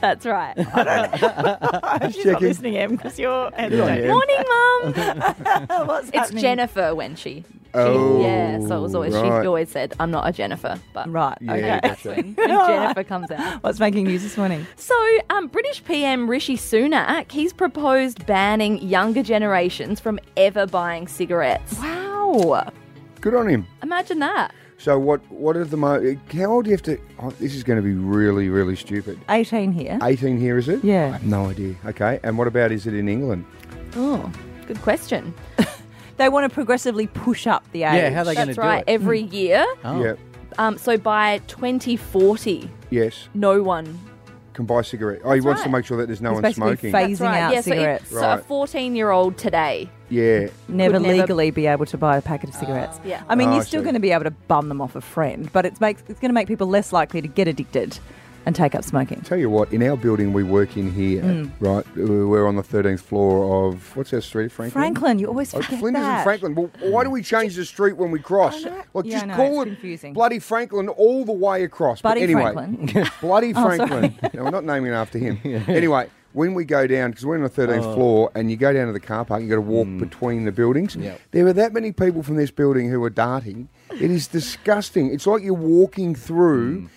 [SPEAKER 22] That's right.
[SPEAKER 3] She's not checking. listening,
[SPEAKER 22] Em, because [LAUGHS] you're.
[SPEAKER 3] Yeah, Em.
[SPEAKER 22] Morning, mum.
[SPEAKER 2] What's
[SPEAKER 22] it's
[SPEAKER 2] happening?
[SPEAKER 22] Jennifer when she. she-
[SPEAKER 3] Oh,
[SPEAKER 22] yeah, so it was always
[SPEAKER 3] right.
[SPEAKER 22] she always said I'm not a Jennifer, but
[SPEAKER 2] right, Yeah, okay.
[SPEAKER 22] that's [LAUGHS]
[SPEAKER 2] [LAUGHS] gotcha.
[SPEAKER 22] when when Jennifer comes out.
[SPEAKER 2] What's making news this morning?
[SPEAKER 22] So, um, British PM Rishi Sunak, he's proposed banning younger generations from ever buying cigarettes. Wow.
[SPEAKER 3] Good on him.
[SPEAKER 22] Imagine that.
[SPEAKER 3] So what? What are the mo? How old do you have to? Oh, this is going to be really, really stupid.
[SPEAKER 2] 18 here.
[SPEAKER 3] Eighteen here, is it?
[SPEAKER 2] Yeah.
[SPEAKER 3] I have no idea. Okay. And what about is it in England?
[SPEAKER 22] Oh, good question.
[SPEAKER 2] They want to progressively push up the age.
[SPEAKER 3] Yeah, how are they gonna
[SPEAKER 22] That's
[SPEAKER 3] do
[SPEAKER 22] right,
[SPEAKER 3] it?
[SPEAKER 22] every year.
[SPEAKER 3] Yeah.
[SPEAKER 22] Um, so by 2040,
[SPEAKER 3] Yes.
[SPEAKER 22] no one.
[SPEAKER 3] Can buy cigarette. Oh, he wants to
[SPEAKER 22] right.
[SPEAKER 3] make sure that there's no
[SPEAKER 2] He's
[SPEAKER 3] one
[SPEAKER 2] basically
[SPEAKER 3] smoking.
[SPEAKER 2] phasing
[SPEAKER 22] That's right.
[SPEAKER 2] out
[SPEAKER 22] yeah,
[SPEAKER 2] cigarettes.
[SPEAKER 22] So, it, so
[SPEAKER 3] Right.
[SPEAKER 22] a 14 year old today.
[SPEAKER 3] Yeah.
[SPEAKER 2] Never Ah,
[SPEAKER 22] Would never-
[SPEAKER 2] legally be able to buy a packet of cigarettes.
[SPEAKER 22] yeah.
[SPEAKER 2] I mean,
[SPEAKER 3] Oh, I
[SPEAKER 2] you're still
[SPEAKER 3] see.
[SPEAKER 2] going to be able to bum them off a friend, but it's makes it's going to make people less likely to get addicted and take up smoking.
[SPEAKER 3] Tell you what, in our building we work in here,
[SPEAKER 2] Mm.
[SPEAKER 3] right? We're on the 13th floor of what's our street, Franklin?
[SPEAKER 2] Franklin, you always
[SPEAKER 3] Oh,
[SPEAKER 2] forget
[SPEAKER 3] Flinders
[SPEAKER 2] that.
[SPEAKER 3] and Franklin. Well, why do we change the street when we cross? Like,
[SPEAKER 2] Yeah, I
[SPEAKER 3] just
[SPEAKER 2] know,
[SPEAKER 3] call
[SPEAKER 2] it's
[SPEAKER 3] it
[SPEAKER 2] confusing.
[SPEAKER 3] bloody Franklin all the way across.
[SPEAKER 2] Buddy
[SPEAKER 3] but anyway, [LAUGHS]
[SPEAKER 2] Franklin.
[SPEAKER 3] bloody
[SPEAKER 2] [LAUGHS] Oh, sorry.
[SPEAKER 3] Franklin. no, we're not naming it
[SPEAKER 20] [LAUGHS]
[SPEAKER 3] after him. Anyway, when we go down, because we're on the 13th
[SPEAKER 20] Oh. Mm.
[SPEAKER 3] floor, and you go down to the car park, you got to walk between the buildings.
[SPEAKER 20] Yep.
[SPEAKER 3] There were that many people from this building who were darting. It is disgusting. It's like you're walking through
[SPEAKER 20] Mm.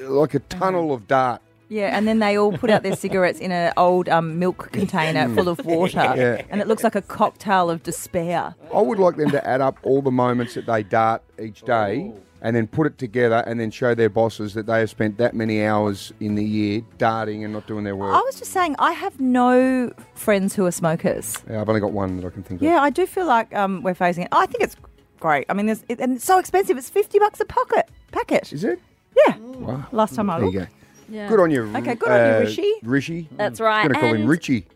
[SPEAKER 3] a like a
[SPEAKER 2] Uh-huh.
[SPEAKER 3] tunnel of dart.
[SPEAKER 2] Yeah, and then they all put out their cigarettes in an old um, milk
[SPEAKER 3] [LAUGHS]
[SPEAKER 2] container full of water,
[SPEAKER 3] Yeah.
[SPEAKER 2] and it looks like a cocktail of despair.
[SPEAKER 3] I would like them to add up all the moments that they dart each day and then put it together and then show their bosses that they have spent that many hours in the year darting and not doing their work.
[SPEAKER 2] I was just saying, I have no friends who are smokers.
[SPEAKER 3] Yeah, I've only got one that I can think of.
[SPEAKER 2] Yeah, I do feel like um, we're phasing it. I think it's great. I mean, there's, it, and it's so expensive. It's fifty bucks a pocket packet.
[SPEAKER 3] Is it?
[SPEAKER 2] Yeah.
[SPEAKER 3] Wow.
[SPEAKER 2] Last time I
[SPEAKER 3] There
[SPEAKER 2] looked.
[SPEAKER 3] you go.
[SPEAKER 22] Yeah.
[SPEAKER 3] Good on you.
[SPEAKER 22] Okay, good on you,
[SPEAKER 3] uh,
[SPEAKER 22] Rishi.
[SPEAKER 3] Rishi.
[SPEAKER 22] That's right,
[SPEAKER 3] going to call him
[SPEAKER 22] and-
[SPEAKER 3] Richie.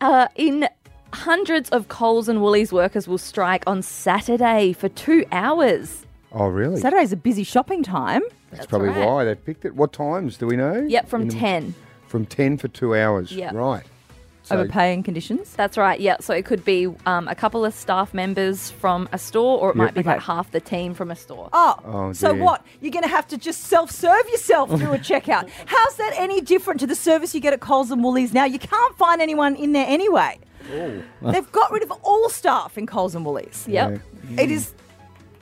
[SPEAKER 22] Uh, in Hundreds of Coles and Woolies workers will strike on Saturday for two hours.
[SPEAKER 3] Oh, really?
[SPEAKER 2] Saturday's a busy shopping time.
[SPEAKER 3] That's probably
[SPEAKER 22] right.
[SPEAKER 3] why they picked it. What times do we know?
[SPEAKER 22] Yep, from
[SPEAKER 3] In the-
[SPEAKER 22] 10.
[SPEAKER 3] From 10 for two hours.
[SPEAKER 22] Yep.
[SPEAKER 3] Right.
[SPEAKER 22] Overpaying
[SPEAKER 2] conditions?
[SPEAKER 22] That's right, yeah. So it could be um, a couple of staff members from a store, or it
[SPEAKER 3] Yep.
[SPEAKER 22] might be
[SPEAKER 3] Okay.
[SPEAKER 22] like half the team from a store.
[SPEAKER 2] Oh,
[SPEAKER 3] Oh,
[SPEAKER 2] so
[SPEAKER 3] dear.
[SPEAKER 2] what? You're going to have to just self-serve yourself
[SPEAKER 3] [LAUGHS]
[SPEAKER 2] through a checkout. How's that any different to the service you get at Coles and Woolies now? You can't find anyone in there anyway.
[SPEAKER 3] Oh.
[SPEAKER 2] They've got rid of all staff in Coles and Woolies.
[SPEAKER 22] Yep.
[SPEAKER 3] Hmm.
[SPEAKER 2] It is.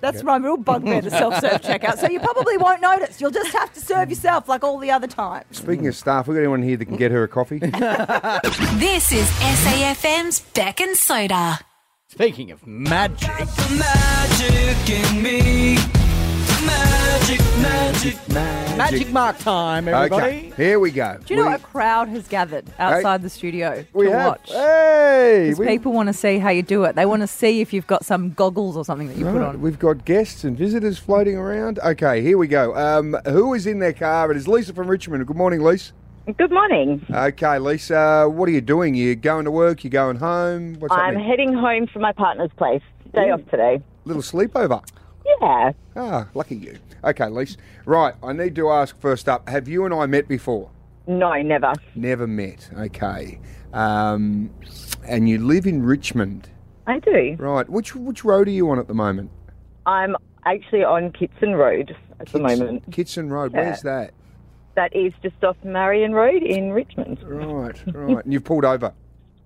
[SPEAKER 2] That's
[SPEAKER 22] Yep.
[SPEAKER 2] my real bugbear, the
[SPEAKER 3] [LAUGHS]
[SPEAKER 2] self-serve checkout. So you probably won't notice. You'll just have to serve yourself like all the other times.
[SPEAKER 3] Speaking of staff, we got anyone here that can get her
[SPEAKER 22] [LAUGHS]
[SPEAKER 3] a coffee?
[SPEAKER 1] This is SAFM's Beck and Soda.
[SPEAKER 4] Speaking of magic.
[SPEAKER 13] Magic in me. Magic, magic.
[SPEAKER 4] Magic mark time, everybody.
[SPEAKER 3] Okay, here we go.
[SPEAKER 2] Do you know
[SPEAKER 3] We-
[SPEAKER 2] a crowd has gathered outside the studio
[SPEAKER 3] we
[SPEAKER 2] to
[SPEAKER 3] have-
[SPEAKER 2] watch?
[SPEAKER 3] Hey,
[SPEAKER 2] 'Cause
[SPEAKER 3] we-
[SPEAKER 2] people want to see how you do it. They want to see if you've got some goggles or something that you put
[SPEAKER 3] Right,
[SPEAKER 2] on.
[SPEAKER 3] We've got guests and visitors floating around. Okay, here we go. Um, who is in their car? It is Lisa from Richmond. Good morning, Lisa.
[SPEAKER 5] Good morning.
[SPEAKER 3] Okay, Lisa, what are you doing? You're going to work, you're going home. What's
[SPEAKER 5] I'm
[SPEAKER 3] happening?
[SPEAKER 5] heading home from my partner's place. Day off today.
[SPEAKER 3] Little sleepover.
[SPEAKER 5] Yeah.
[SPEAKER 3] Ah, lucky you. Okay, Lisa. Right, I need to ask first up have you and I met before?
[SPEAKER 5] No, never.
[SPEAKER 3] Never met. Okay. Um, and you live in Richmond.
[SPEAKER 5] I do.
[SPEAKER 3] Right. Which which road are you on at the moment?
[SPEAKER 5] I'm actually on Kitson Road at the moment.
[SPEAKER 3] Kitson Road.
[SPEAKER 5] Yeah. [LAUGHS]
[SPEAKER 3] Where's that?
[SPEAKER 5] That is just off Marion Road in Richmond.
[SPEAKER 3] Right, Right. And you've pulled over.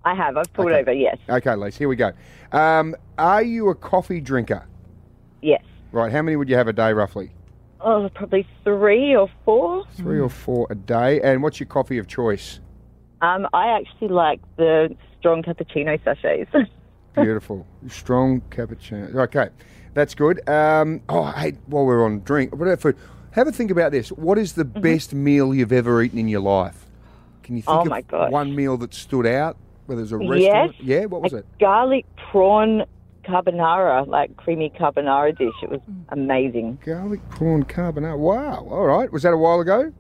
[SPEAKER 5] I have. I've pulled over, yes.
[SPEAKER 3] Okay, Lisa, here we go. Um, are you a coffee drinker?
[SPEAKER 5] Yes.
[SPEAKER 3] Right, how many would you have a day roughly?
[SPEAKER 5] Oh, probably three or four.
[SPEAKER 3] Three or four a day. And what's your coffee of choice?
[SPEAKER 5] Um, I actually like the strong cappuccino sachets. [LAUGHS]
[SPEAKER 3] Beautiful. Strong cappuccino. Okay, that's good. Um, oh, hey, while we're on drink, what about food? Have a think about this. What is the best meal you've ever eaten in your life? Can you think
[SPEAKER 5] Mm-hmm. Oh,
[SPEAKER 3] of
[SPEAKER 5] my gosh.
[SPEAKER 3] one meal that stood out, whether it's a
[SPEAKER 5] yes.
[SPEAKER 3] restaurant? Yeah, what was
[SPEAKER 5] a
[SPEAKER 3] it?
[SPEAKER 5] Garlic prawn carbonara, like creamy carbonara dish. It was
[SPEAKER 3] Mm.
[SPEAKER 5] amazing.
[SPEAKER 3] Garlic prawn carbonara. Wow, all right. Was that a while ago?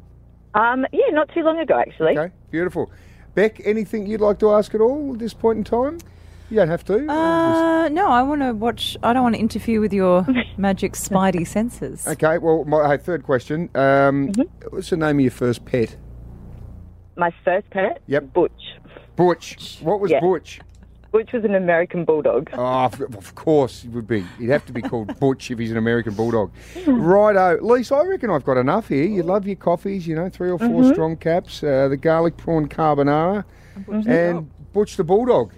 [SPEAKER 5] Um, yeah, not too long ago, actually.
[SPEAKER 3] Okay, beautiful. Beck, anything you'd like to ask at all at this point in time? You don't have to.
[SPEAKER 2] Uh, no, I want to watch. I don't want to interfere
[SPEAKER 5] [LAUGHS]
[SPEAKER 2] with your magic spidey senses.
[SPEAKER 3] okay, well, my hey, third question. Um, What's the name of your first pet?
[SPEAKER 5] My first pet,
[SPEAKER 3] Yep.
[SPEAKER 5] Butch.
[SPEAKER 3] Butch. What was
[SPEAKER 5] Yeah.
[SPEAKER 3] Butch?
[SPEAKER 5] Butch was an American bulldog.
[SPEAKER 3] Oh, of- of course he would be. He'd have to be called Butch if he's an American Bulldog. Righto. Lisa, I reckon I've got enough here. You love your coffees, you know, three or 4
[SPEAKER 5] Mhm.
[SPEAKER 3] strong caps, uh, the garlic prawn carbonara,
[SPEAKER 5] Butch the
[SPEAKER 3] and Butch the Bulldog.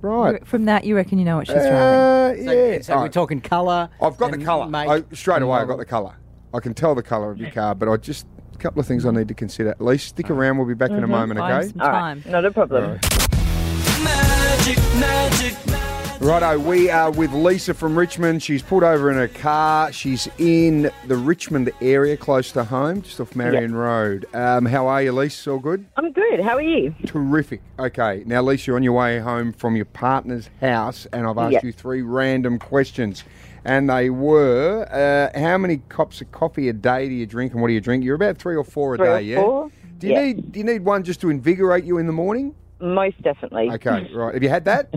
[SPEAKER 3] Right.
[SPEAKER 2] You- From that, you reckon you know what she's driving.
[SPEAKER 3] Uh, yeah.
[SPEAKER 4] So, so
[SPEAKER 3] Oh.
[SPEAKER 4] we're talking colour.
[SPEAKER 3] I've got the colour. I, straight away, I got the colour. I can tell the colour of your car, but I just a couple of things I need to consider. At least stick around. We'll be back in a moment, okay?
[SPEAKER 5] All right, not a problem.
[SPEAKER 13] Magic, magic.
[SPEAKER 3] Righto, we are with Lisa from Richmond. She's pulled over in her car. She's in the Richmond area, close to home, just off Marion Road. Um, how are you, Lisa? All good?
[SPEAKER 5] I'm good. How are you?
[SPEAKER 3] Terrific. Okay, now, Lisa, you're on your way home from your partner's house, and I've asked
[SPEAKER 5] Yep.
[SPEAKER 3] you three random questions. And they were uh, how many cups of coffee a day do you drink, and what do you drink? You're about three or four a
[SPEAKER 5] Three or
[SPEAKER 3] day,
[SPEAKER 5] four,
[SPEAKER 3] yeah? Do you,
[SPEAKER 5] yeah.
[SPEAKER 3] Need, do you need one just to invigorate you in the morning?
[SPEAKER 5] Most definitely. [LAUGHS]
[SPEAKER 3] Okay, right. Have you had that?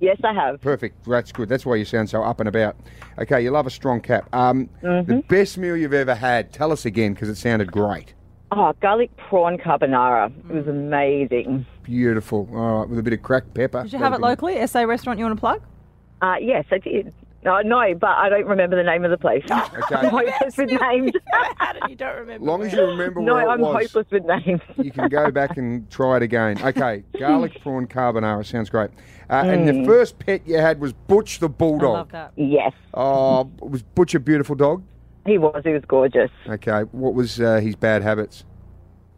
[SPEAKER 5] Yes, I have.
[SPEAKER 3] Perfect. That's good. That's why you sound so up and about. Okay, you love a strong cap. Um,
[SPEAKER 5] Mm-hmm.
[SPEAKER 3] The best meal you've ever had. Tell us again because it sounded great.
[SPEAKER 5] Oh, garlic prawn carbonara. It was
[SPEAKER 3] Mm.
[SPEAKER 5] amazing.
[SPEAKER 3] Beautiful. All right, with a bit of cracked pepper.
[SPEAKER 5] Did you have it locally?
[SPEAKER 2] Locally, SA restaurant you want to plug?
[SPEAKER 5] Uh, yes, I did. No, no, but I don't remember the name of the place.
[SPEAKER 3] Okay.
[SPEAKER 5] I'm hopeless with
[SPEAKER 3] [LAUGHS]
[SPEAKER 5] names.
[SPEAKER 2] you don't remember.
[SPEAKER 3] long as you remember
[SPEAKER 5] no,
[SPEAKER 3] where it
[SPEAKER 5] I'm
[SPEAKER 3] was.
[SPEAKER 5] hopeless with names.
[SPEAKER 3] You can go back and try it again. Okay, garlic prawn carbonara sounds great. Uh, And
[SPEAKER 5] Mm.
[SPEAKER 3] your first pet you had was Butch the Bulldog.
[SPEAKER 5] Yes,
[SPEAKER 3] Oh, was Butch a beautiful dog?
[SPEAKER 5] he was. He was gorgeous.
[SPEAKER 3] Okay, what was uh, his bad habits?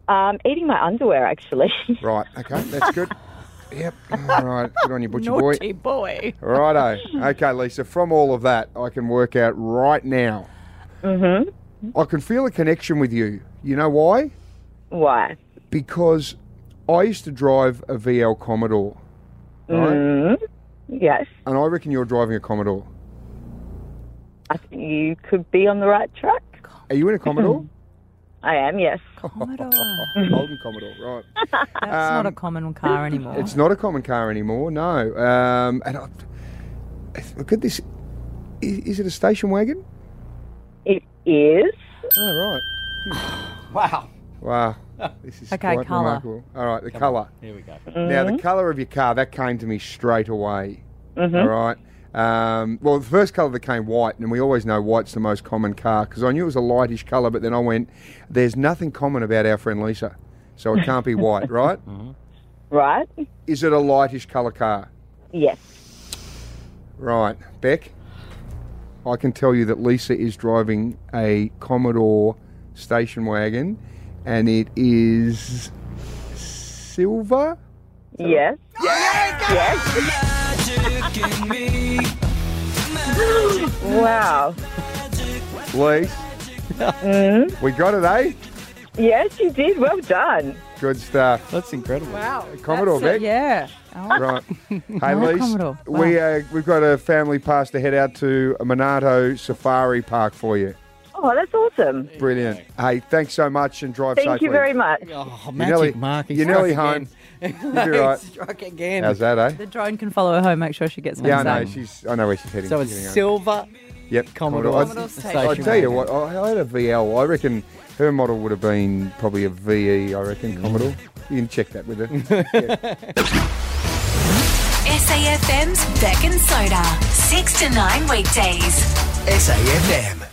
[SPEAKER 5] Um, eating my underwear, actually. [LAUGHS]
[SPEAKER 3] Right, okay, that's good. yep, all right, good on you, Butcher boy.
[SPEAKER 5] boy.
[SPEAKER 3] Righto. Okay, Lisa, from all of that, I can work out right now. Mm-hmm. I can feel a connection with you. You know why?
[SPEAKER 5] Why?
[SPEAKER 3] Because I used to drive a VL Commodore. Right?
[SPEAKER 5] Yes,
[SPEAKER 3] And I reckon you're driving a Commodore.
[SPEAKER 5] I think you could be on the right track.
[SPEAKER 3] Are you in a Commodore?
[SPEAKER 5] I am, yes.
[SPEAKER 3] [LAUGHS] Holden Commodore, right.
[SPEAKER 2] That's not a common car anymore.
[SPEAKER 3] Um, It's not a common car anymore, no. Um, and I, if- look at this. I- Is, it a station wagon?
[SPEAKER 5] It is.
[SPEAKER 3] Oh,
[SPEAKER 2] [SIGHS]
[SPEAKER 3] right.
[SPEAKER 4] wow.
[SPEAKER 3] Wow.
[SPEAKER 2] [LAUGHS]
[SPEAKER 3] This is
[SPEAKER 2] Okay,
[SPEAKER 3] quite
[SPEAKER 2] colour. Mm-hmm.
[SPEAKER 3] remarkable. All right, the colour.
[SPEAKER 4] Here we go.
[SPEAKER 3] Now, the colour of your car, that came to me straight away.
[SPEAKER 4] Mhm.
[SPEAKER 3] All right. Um, well, the first colour that came white, and we always know white's the most common car because I knew it was a lightish colour, but then I went, there's nothing common about our friend Lisa, so it can't
[SPEAKER 2] [LAUGHS]
[SPEAKER 3] be white, right?
[SPEAKER 2] Mm.
[SPEAKER 5] Right.
[SPEAKER 3] Is it a lightish colour car?
[SPEAKER 5] Yes.
[SPEAKER 3] Right. Beck, I can tell you that Lisa is driving a Commodore station wagon, and it is silver?
[SPEAKER 5] Yes.
[SPEAKER 13] Yes.
[SPEAKER 5] [LAUGHS] Wow.
[SPEAKER 3] Lise, we got it, eh?
[SPEAKER 5] Yes, you did. Well done.
[SPEAKER 3] Good stuff.
[SPEAKER 4] That's incredible.
[SPEAKER 5] Wow.
[SPEAKER 3] Commodore, Beck.
[SPEAKER 2] Yeah.
[SPEAKER 3] Right. Hey,
[SPEAKER 2] Wow,
[SPEAKER 3] Lise,
[SPEAKER 2] Commodore.
[SPEAKER 3] we, uh, we've got a family pass to head out to Monado Safari Park for you.
[SPEAKER 5] Oh, that's awesome.
[SPEAKER 3] Brilliant. Hey, thanks so much and drive
[SPEAKER 5] Thank
[SPEAKER 3] safely.
[SPEAKER 5] you very much.
[SPEAKER 4] Oh,
[SPEAKER 3] You're nearly, you're
[SPEAKER 4] [LAUGHS]
[SPEAKER 3] nearly home. You'll be right.
[SPEAKER 4] Struck again.
[SPEAKER 3] How's that, eh?
[SPEAKER 2] The drone can follow her home, make sure she gets home.
[SPEAKER 3] Yeah, I know.
[SPEAKER 2] safe.
[SPEAKER 3] She's. I know where she's heading.
[SPEAKER 4] um, So it's
[SPEAKER 3] She's heading home.
[SPEAKER 4] silver.
[SPEAKER 3] Yep,
[SPEAKER 4] Commodore
[SPEAKER 3] I,
[SPEAKER 4] Station
[SPEAKER 3] I tell you
[SPEAKER 4] wagon.
[SPEAKER 3] what, I I had a VL. I reckon her model would have been probably a VE. I
[SPEAKER 4] Mm.
[SPEAKER 3] reckon Commodore. You can check that
[SPEAKER 4] [LAUGHS]
[SPEAKER 3] with her.
[SPEAKER 1] SAFM's Beck and Soda. Six to nine weekdays.
[SPEAKER 13] SAFM.